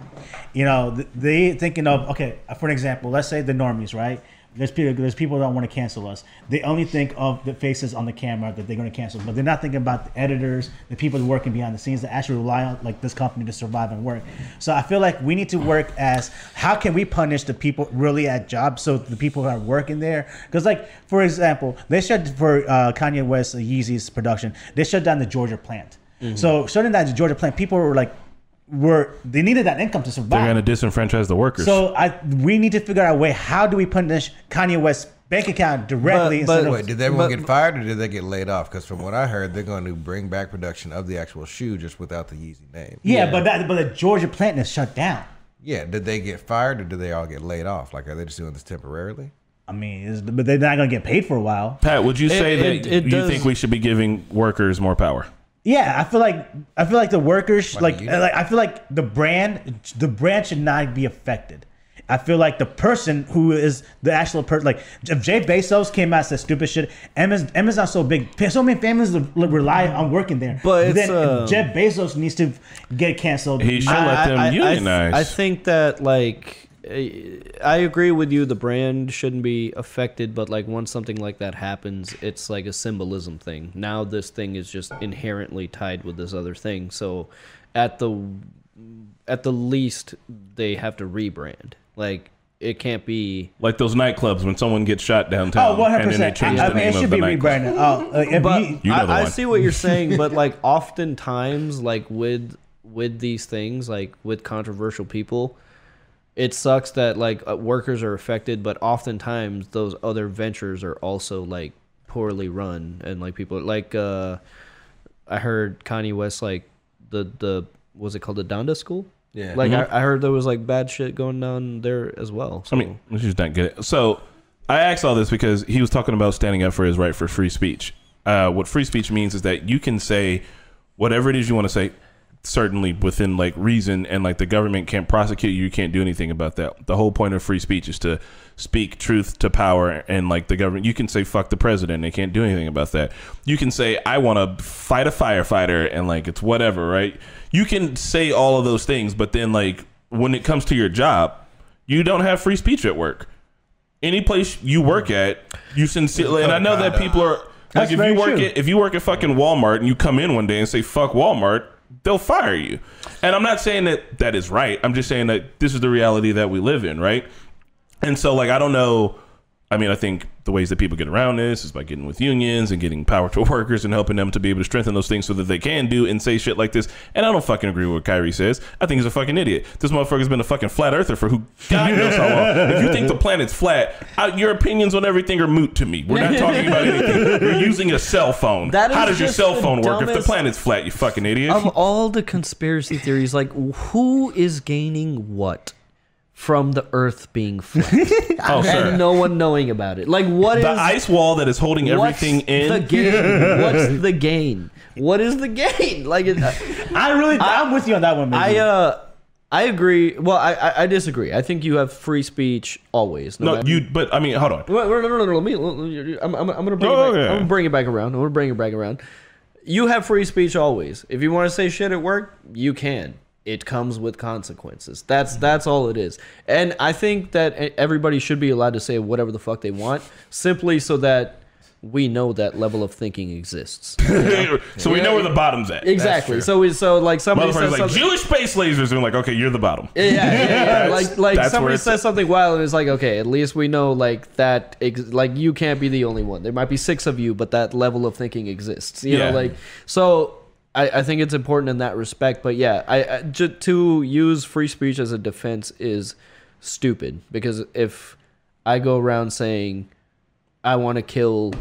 Speaker 5: you know, th- they thinking of okay, uh, for an example, let's say the normies, right? There's people, there's people that want to cancel us. They only think of the faces on the camera that they're going to cancel, but they're not thinking about the editors, the people working behind the scenes that actually rely on like this company to survive and work. So I feel like we need to work as how can we punish the people really at jobs, so the people who are working there, because like for example, they shut for uh, Kanye West uh, Yeezy's production, they shut down the Georgia plant. So shutting down the Georgia plant, people were like, were they needed that income to
Speaker 3: They're going
Speaker 5: survive.
Speaker 3: to disenfranchise the workers.
Speaker 5: So I we need to figure out a way. How do we punish Kanye West's bank account directly?
Speaker 4: But-
Speaker 5: instead
Speaker 4: but-
Speaker 5: of,
Speaker 2: Wait, did everyone
Speaker 4: But-
Speaker 2: get fired or did they get laid off? Because from what I heard, they're going to bring back production of the actual shoe just without the Yeezy name.
Speaker 5: yeah, but that but the Georgia plant is shut down.
Speaker 2: Yeah, did they get fired or did they all get laid off? Like, are they just doing this temporarily?
Speaker 5: I mean, it's, but they're not gonna get paid for a while.
Speaker 3: Pat, would you say
Speaker 4: it-
Speaker 3: that
Speaker 4: it
Speaker 3: you
Speaker 4: does-
Speaker 3: think we should be giving workers more power?
Speaker 5: Yeah, I feel like I feel like the workers like uh,
Speaker 2: union?
Speaker 5: like I feel like the brand the brand should not be affected. I feel like the person who is the actual person, like if Jay Bezos came out and said stupid shit, Amazon, Amazon's so big, so many families li- rely on working there.
Speaker 4: But it's,
Speaker 5: then
Speaker 4: um,
Speaker 5: Jeff Bezos needs to get canceled.
Speaker 3: He should
Speaker 5: I-
Speaker 3: let them
Speaker 4: I- I- I, th-
Speaker 3: unionize.
Speaker 4: I think that like eh, I agree with you. The brand shouldn't be affected, but like once something like that happens, it's like a symbolism thing. Now this thing is just inherently tied with this other thing. So at the at the least, they have to rebrand. Like it can't be.
Speaker 3: Like those nightclubs when someone gets shot downtown
Speaker 5: Oh, 100%.
Speaker 3: and then they change
Speaker 5: I, I
Speaker 3: the
Speaker 5: mean,
Speaker 3: name
Speaker 5: it
Speaker 3: of
Speaker 5: should
Speaker 3: the
Speaker 5: be
Speaker 3: nightclub.
Speaker 5: rebranded. Oh, uh, if
Speaker 4: But
Speaker 5: you-
Speaker 3: You know the
Speaker 4: I, I
Speaker 3: one.
Speaker 4: see what you're saying, but like oftentimes, like with with these things, like with controversial people, it sucks that like uh, workers are affected, but oftentimes those other ventures are also like poorly run and like people like uh I heard Kanye West like the the was it called the Donda School?
Speaker 2: Yeah.
Speaker 4: Like
Speaker 3: Mm-hmm.
Speaker 4: I, I heard there was like bad shit going on there as well. So
Speaker 3: I mean, let's just not get it. So I asked all this because he was talking about standing up for his right for free speech. Uh, what free speech means is that you can say whatever it is you want to say, certainly within like reason, and like the government can't prosecute you. You can't do anything about that. The whole point of free speech is to speak truth to power, and like the government, you can say fuck the president. They can't do anything about that. You can say I want to fight a firefighter, and like it's whatever, right? You can say all of those things, but then like when it comes to your job, you don't have free speech at work. Any place you work at, you sincerely and I know that people are like
Speaker 5: That's
Speaker 3: if
Speaker 5: very
Speaker 3: you work
Speaker 5: true.
Speaker 3: at if you work at fucking Walmart and you come in one day and say fuck Walmart, they'll fire you. And I'm not saying that that is right. I'm just saying that this is the reality that we live in, right? And so like I don't know I mean, I think the ways that people get around this is by getting with unions and getting power to workers and helping them to be able to strengthen those things so that they can do and say shit like this. And I don't fucking agree with what Kyrie says. I think he's a fucking idiot. This motherfucker's been a fucking flat earther for who God knows how long. If you think the planet's flat, I, your opinions on everything are moot to me. We're not talking about anything. You're using a cell phone.
Speaker 4: That
Speaker 3: how
Speaker 4: is
Speaker 3: does your
Speaker 4: just
Speaker 3: cell
Speaker 4: the
Speaker 3: phone work if the
Speaker 4: dumbest-
Speaker 3: planet's flat? You fucking idiot.
Speaker 4: of all the conspiracy theories, like who is gaining what from the Earth being flat
Speaker 3: oh,
Speaker 4: and
Speaker 3: sir.
Speaker 4: no one knowing about it? Like what is
Speaker 3: The ice wall that is holding
Speaker 4: what's
Speaker 3: everything in.
Speaker 4: The gain? What's the gain? What is the gain? Like it,
Speaker 5: I really, I, am with you on that one.
Speaker 4: I
Speaker 5: Maybe.
Speaker 4: uh. I agree. Well, I, I I disagree. I think you have free speech always.
Speaker 3: no,
Speaker 4: matter-
Speaker 3: you. But I mean, hold on.
Speaker 4: Wait, wait, no, no, no, no. Let me. let- let- I'm, I'm, I'm gonna bring
Speaker 3: Oh,
Speaker 4: it back.
Speaker 3: yeah.
Speaker 4: I'm gonna bring it back around. I'm gonna bring it back around. You have free speech always. If you want to say shit at work, you can. It comes with consequences. That's that's all it is. And I think that e- everybody should be allowed to say whatever the fuck they want, simply so that we know that level of thinking exists.
Speaker 3: so we know where the bottom's at.
Speaker 4: exactly. So we, so like somebody says
Speaker 3: Motherfuckers like
Speaker 4: something.
Speaker 3: Jewish space lasers, and like, okay, you're the bottom.
Speaker 4: Yeah, yeah, yeah. like like
Speaker 3: that's where
Speaker 4: somebody
Speaker 3: it's-
Speaker 4: says something wild and it's like okay at least we know like that ex- like you can't be the only one there might be six of you but that level of thinking exists you
Speaker 3: Yeah.
Speaker 4: know like so I, I think it's important in that respect but yeah I, I ju- to use free speech as a defense is stupid because if I go around saying I want to kill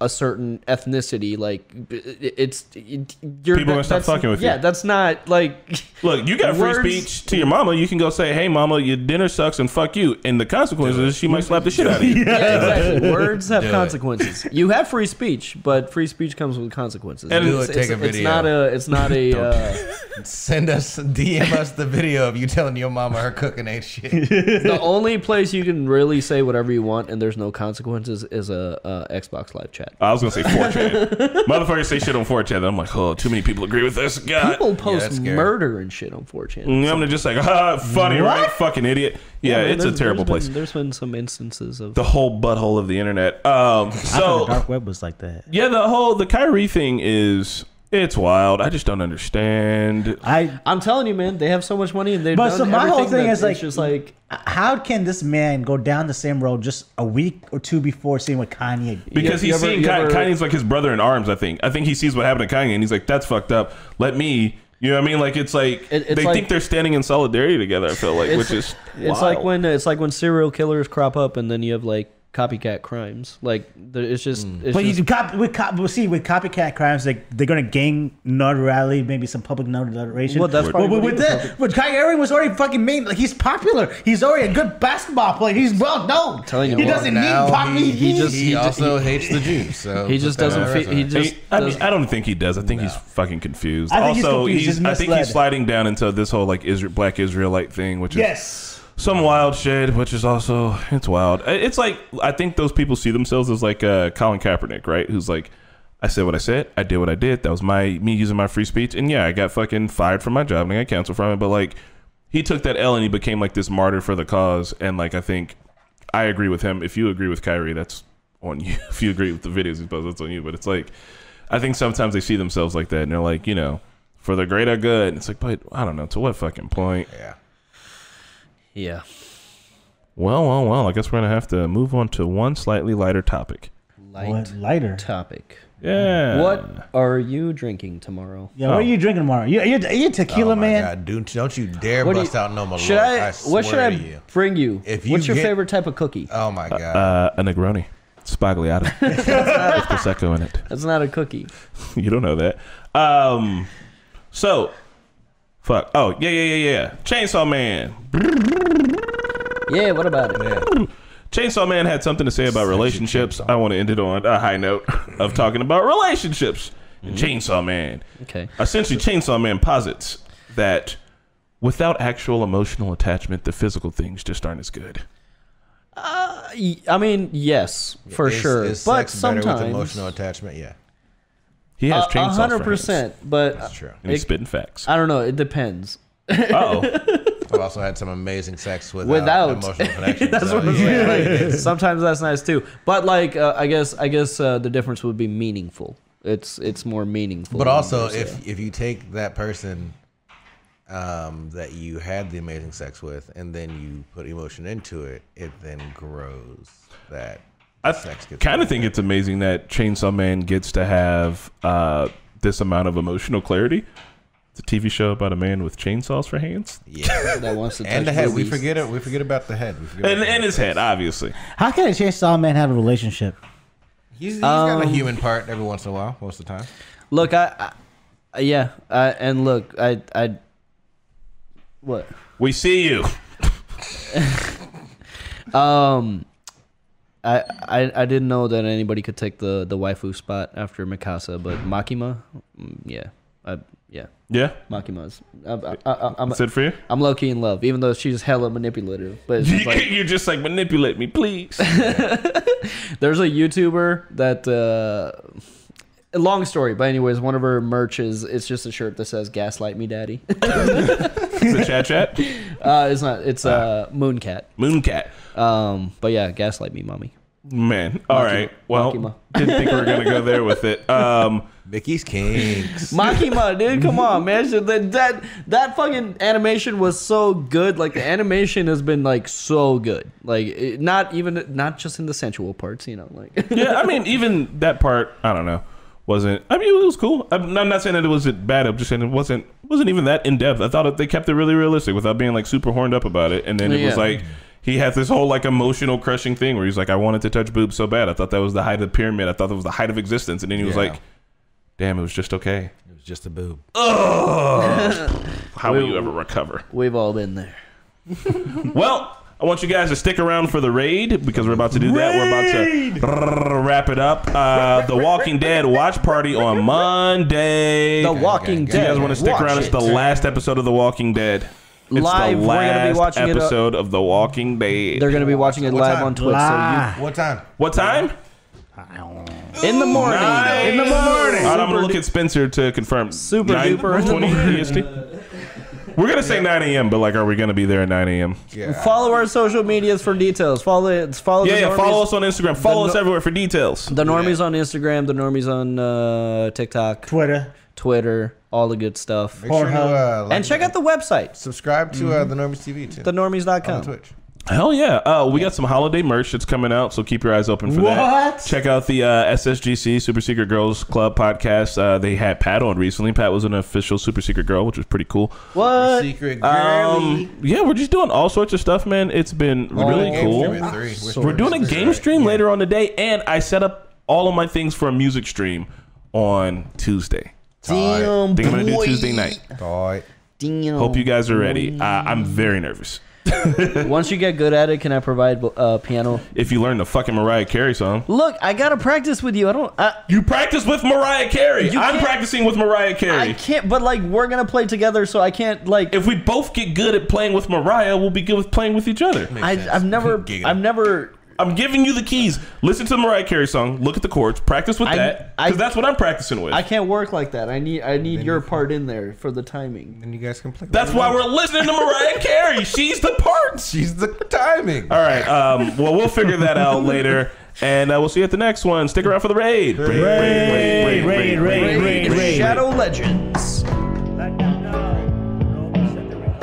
Speaker 4: a certain ethnicity like it- it's it, you're
Speaker 3: People gonna stop
Speaker 4: that's-
Speaker 3: fucking with you.
Speaker 4: yeah that's not like
Speaker 3: Look, you got
Speaker 4: Words-
Speaker 3: free speech to your mama. You can go say, "Hey, mama, your dinner sucks," and fuck you. And the consequences is she might slap the shit out of you.
Speaker 4: Yeah, exactly. Words have
Speaker 2: Do it.
Speaker 4: consequences. You have free speech, but free speech comes with consequences.
Speaker 3: And
Speaker 4: it's,
Speaker 2: Do it, take
Speaker 4: it's-
Speaker 2: a
Speaker 4: It's
Speaker 2: video.
Speaker 4: not a. It's not a. uh,
Speaker 2: Send us, DM us the video of you telling your mama her cooking ain't shit.
Speaker 4: the only place you can really say whatever you want and there's no consequences is a, uh Xbox Live chat.
Speaker 3: I was gonna say 4chan. Motherfuckers say shit on 4chan. I'm like, oh, too many people agree with this. God,
Speaker 4: People post
Speaker 2: that's scary.
Speaker 4: murder and shit on 4chan.
Speaker 3: And I'm just like, ah, funny, right? Fucking idiot. Mm, Yeah,
Speaker 4: man,
Speaker 3: it's a
Speaker 4: there's-
Speaker 3: terrible
Speaker 4: there's
Speaker 3: place.
Speaker 4: Been, there's been some instances of.
Speaker 3: the whole butthole of the internet. Um, so
Speaker 5: dark web was like that.
Speaker 3: yeah, the whole the Kyrie thing is it's wild. I just don't understand.
Speaker 5: I
Speaker 4: I'm telling you, man, they have so much money and they've
Speaker 5: But
Speaker 4: done
Speaker 5: so my whole
Speaker 4: everything
Speaker 5: thing
Speaker 4: that
Speaker 5: is,
Speaker 4: it's
Speaker 5: like,
Speaker 4: just like
Speaker 5: how can this man go down the same road just a week or two before seeing what Kanye?
Speaker 3: Because
Speaker 4: You-
Speaker 3: he's
Speaker 4: you ever-
Speaker 3: seeing
Speaker 4: you
Speaker 3: Kanye,
Speaker 4: ever-
Speaker 3: Kanye's like his brother in arms. I think. I think he sees what happened to Kanye, and he's like, "That's fucked up. Let me." You know what I mean? Like it's like
Speaker 4: It- it's
Speaker 3: they
Speaker 4: like-
Speaker 3: think they're standing in solidarity together. I feel like,
Speaker 4: It's-
Speaker 3: which is
Speaker 4: It's like
Speaker 3: wild.
Speaker 4: when it's like when serial killers crop up and then you have like copycat crimes. Like there, it's just.
Speaker 2: Mm.
Speaker 4: It's
Speaker 5: But
Speaker 4: just
Speaker 5: you cop, with cop, well, see, with copycat crimes, like they're gonna gain notoriety, maybe some public notoriety.
Speaker 4: Well, that's
Speaker 5: Well,
Speaker 4: probably
Speaker 5: but
Speaker 4: what
Speaker 5: with
Speaker 4: he was
Speaker 5: that, with Kyrie Irving was already fucking mean. Like he's popular. He's already a good basketball player. He's well known.
Speaker 4: Telling you
Speaker 5: he
Speaker 4: what,
Speaker 5: doesn't need
Speaker 2: now
Speaker 5: pop.
Speaker 2: he, he,
Speaker 4: just- he ju-
Speaker 2: also hates the Jews. So
Speaker 4: He just
Speaker 2: put that on
Speaker 4: doesn't.
Speaker 2: our
Speaker 4: Fe- he
Speaker 2: resume.
Speaker 4: just.
Speaker 3: I, mean,
Speaker 4: does-
Speaker 3: I don't think he does. I think he's fucking confused.
Speaker 5: I think he's
Speaker 3: also,
Speaker 5: confused.
Speaker 3: he's,
Speaker 5: He's
Speaker 3: I think he's
Speaker 5: misled.
Speaker 3: sliding down into this whole like Israel, black Israelite thing, which is
Speaker 5: Yes.
Speaker 3: some wild shit, which is also it's wild. I- It's like I think those people see themselves as like uh, Colin Kaepernick, right? Who's like, I said what I said, I did what I did. That was my me using my free speech, and yeah, I got fucking fired from my job and I got canceled from it. But like, he took that L and he became like this martyr for the cause. And like, I think I agree with him. If you agree with Kyrie, that's on you. if you agree with the videos he posts, that's on you. But it's like, I think sometimes they see themselves like that, and they're like, you know. For the greater good, and it's like, but I don't know to what fucking point.
Speaker 2: yeah.
Speaker 4: yeah.
Speaker 3: Well, well, well. I guess we're gonna have to move on to one slightly lighter topic.
Speaker 4: Light
Speaker 5: What lighter?
Speaker 4: topic.
Speaker 3: Yeah.
Speaker 4: what are you drinking tomorrow?
Speaker 5: Yeah. What are you drinking tomorrow? You, you, you tequila
Speaker 2: Oh my
Speaker 5: man.
Speaker 2: God, dude, don't you dare
Speaker 4: What do
Speaker 2: bust
Speaker 4: you-
Speaker 2: out no more.
Speaker 4: Should
Speaker 2: Lord.
Speaker 4: I?
Speaker 2: swear
Speaker 4: what should
Speaker 2: to
Speaker 4: I
Speaker 2: you.
Speaker 4: bring you?
Speaker 2: If you
Speaker 4: What's your
Speaker 2: get-
Speaker 4: favorite type of cookie?
Speaker 2: Oh my god.
Speaker 3: Uh, a Negroni, Spagliato, with prosecco in it.
Speaker 4: That's not a cookie.
Speaker 3: You don't know that. Um. So, fuck. Oh yeah, yeah, yeah, yeah. Chainsaw Man.
Speaker 4: Yeah. What about it?
Speaker 3: Chainsaw Man had something to say about relationships. I want to end it on a high note of talking about relationships. And Chainsaw Man.
Speaker 4: Okay.
Speaker 3: Essentially, Chainsaw Man posits that without actual emotional attachment, the physical things just aren't as good.
Speaker 4: Y- I mean, yes, for
Speaker 2: Is-
Speaker 4: sure.
Speaker 2: is
Speaker 4: but
Speaker 2: sex better with
Speaker 4: sometimes,
Speaker 2: emotional attachment. Yeah,
Speaker 3: He has
Speaker 4: a
Speaker 3: chainsaw
Speaker 4: hundred
Speaker 3: friends.
Speaker 4: percent. But
Speaker 2: that's true.
Speaker 3: And he's
Speaker 4: It-
Speaker 3: spitting facts.
Speaker 4: I don't know. It depends.
Speaker 3: Oh,
Speaker 2: I've also had some amazing sex without,
Speaker 4: Without.
Speaker 2: emotional connection.
Speaker 4: That's
Speaker 2: so,
Speaker 4: what I'm
Speaker 2: yeah.
Speaker 4: saying. Like, sometimes that's nice too. But like, uh, I guess, I guess uh, the difference would be meaningful. It's it's more meaningful.
Speaker 2: But
Speaker 4: than
Speaker 2: also,
Speaker 4: there's a-
Speaker 2: if if you take that person um, that you had the amazing sex with, and then you put emotion into it, it then grows that
Speaker 3: I
Speaker 2: Sex gets
Speaker 3: kind
Speaker 2: away.
Speaker 3: of think it's amazing that Chainsaw Man gets to have uh, this amount of emotional clarity. It's a TV show about a man with chainsaws for hands
Speaker 2: Yeah.
Speaker 4: that wants to
Speaker 2: and the
Speaker 4: touch
Speaker 2: head. We
Speaker 4: boobies.
Speaker 2: forget it. We forget about the head. We forget
Speaker 3: and,
Speaker 2: about the
Speaker 3: and his head, obviously.
Speaker 5: How can a chainsaw man have a relationship?
Speaker 2: He's, he's
Speaker 4: Um,
Speaker 2: got a human part every once in a while, most of the time.
Speaker 4: Look, I, I yeah, I, and look, I, I, what?
Speaker 3: We see you.
Speaker 4: Um, I, I, I didn't know that anybody could take the the waifu spot after Mikasa, but Makima, mm, yeah, I, yeah,
Speaker 3: Yeah,
Speaker 4: Makima's. I, I, I, I'm,
Speaker 3: that's it for you.
Speaker 4: I'm low key in love, even though she's hella manipulative. But it's just like,
Speaker 3: You're just like manipulate me, please.
Speaker 4: there's a YouTuber that. uh a Long story, but anyways, one of her merch is it's just a shirt that says "Gaslight Me, Daddy."
Speaker 3: the chat chat.
Speaker 4: uh, it's not. It's uh, Mooncat.
Speaker 3: Mooncat.
Speaker 4: Um, but yeah, gaslight me, mommy.
Speaker 3: Man. All right. Well,
Speaker 4: Makima.
Speaker 3: didn't think we were gonna go there with it. Um,
Speaker 2: Mickey's kinks.
Speaker 4: Makima, dude, come on, man. Shit, That, that that fucking animation was so good. Like the animation has been like so good. Like it, not even not just in the sensual parts, you know. Like
Speaker 3: yeah, I mean, even that part, I don't know, wasn't. I mean, it was cool. I'm, I'm not saying that it wasn't bad. I'm just saying it wasn't wasn't even that in depth. I thought it, they kept it really realistic without being like super horned up about it. And then it was
Speaker 4: Yeah.
Speaker 3: like he had this whole like emotional crushing thing where he's like, I wanted to touch boobs so bad. I thought that was the height of the pyramid. I thought that was the height of existence. And then he was
Speaker 2: Yeah.
Speaker 3: like, Damn, it was just okay.
Speaker 2: It was just a boob.
Speaker 3: How will you ever recover?
Speaker 4: we've all been there.
Speaker 3: Well, I want you guys to stick around for the raid because we're about to do that. We're about to wrap it up. Uh, the Walking Dead watch party on Monday.
Speaker 4: The Walking
Speaker 2: okay.
Speaker 3: Do
Speaker 4: Dead.
Speaker 3: you guys want to stick
Speaker 4: Watch
Speaker 3: around? It's
Speaker 4: it.
Speaker 3: the last episode of The Walking Dead. It's
Speaker 4: Live,
Speaker 3: the
Speaker 4: we're gonna be
Speaker 3: last
Speaker 4: watching it, uh,
Speaker 3: episode of The Walking
Speaker 4: They're
Speaker 3: Dead.
Speaker 4: gonna be watching it
Speaker 2: What
Speaker 4: live
Speaker 2: time?
Speaker 4: on Twitch. So
Speaker 2: What time?
Speaker 3: What time?
Speaker 4: you, in the morning. In the morning.
Speaker 3: All right, I'm gonna look at Spencer to confirm.
Speaker 4: Super
Speaker 3: Nine-
Speaker 4: duper in the
Speaker 3: 20 EST? We're gonna say 9 a.m., but like, are we gonna be there at 9 a.m.?
Speaker 2: Yeah.
Speaker 4: Follow our social medias for details. Follow it. Follow
Speaker 3: Yeah,
Speaker 4: the
Speaker 3: yeah.
Speaker 4: normies.
Speaker 3: Follow us on Instagram. Follow
Speaker 4: The
Speaker 3: us
Speaker 4: no-
Speaker 3: everywhere for details.
Speaker 4: The normies on Instagram. The normies on uh, TikTok,
Speaker 5: Twitter.
Speaker 4: Twitter, all the good stuff.
Speaker 2: Make sure to, uh, like,
Speaker 4: And check out the website.
Speaker 2: subscribe to uh, the Normies TV too.
Speaker 4: thenormies.com.
Speaker 2: on Twitch.
Speaker 3: Hell yeah! Uh, we got some holiday merch that's coming out, so keep your eyes open for that.
Speaker 5: What?
Speaker 3: Check out the uh, SSGC Super Secret Girls Club podcast. Uh, they had Pat on recently. Pat was an official Super Secret Girl, which was pretty cool.
Speaker 4: What?
Speaker 2: Secret girly.
Speaker 3: Uh, Um, yeah, we're just doing all sorts of stuff, man. It's been really
Speaker 2: Game
Speaker 3: cool.
Speaker 2: stream at three. We're
Speaker 3: We're doing a
Speaker 2: streaming
Speaker 3: game
Speaker 2: right?
Speaker 3: stream later on today, and I set up all of my things for a music stream on Tuesday.
Speaker 2: Tight,
Speaker 3: I think I'm gonna do Tuesday night.
Speaker 2: tight.
Speaker 4: Damn.
Speaker 3: Hope you guys are ready. Uh, I'm very nervous.
Speaker 4: Once you get good at it, can I provide uh, piano?
Speaker 3: If you learn the fucking Mariah Carey song,
Speaker 4: Look, I gotta practice with you. I don't. I,
Speaker 3: you practice with Mariah Carey.
Speaker 4: You
Speaker 3: I'm
Speaker 4: can't-
Speaker 3: practicing with Mariah Carey.
Speaker 4: I can't. But like, we're gonna play together, so I can't. Like,
Speaker 3: if we both get good at playing with Mariah, we'll be good with playing with each other.
Speaker 4: I, I've never.
Speaker 2: Giggle.
Speaker 4: I've never.
Speaker 3: I'm giving you the keys. Listen to the Mariah Carey song. Look at the chords. Practice with
Speaker 4: I-
Speaker 3: that
Speaker 4: I-
Speaker 3: because that's what I'm practicing with.
Speaker 4: I can't work like that. I need. I need your part in there for the timing.
Speaker 2: And you guys can play.
Speaker 3: that's why we're listening to Mariah Carey. She's the parts.
Speaker 2: She's the timing.
Speaker 3: All right. Um, well, we'll figure that out later, and uh, we'll see you at the next one. Stick around for the raid. Raid,
Speaker 5: raid, raid, raid, raid, raid.
Speaker 4: Shadow Legends.
Speaker 5: Let them know. Nobody's at the record.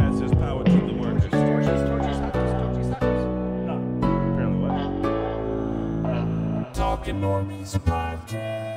Speaker 3: Pass his power to the workers. Apparently what?
Speaker 1: Talking Normies podcast.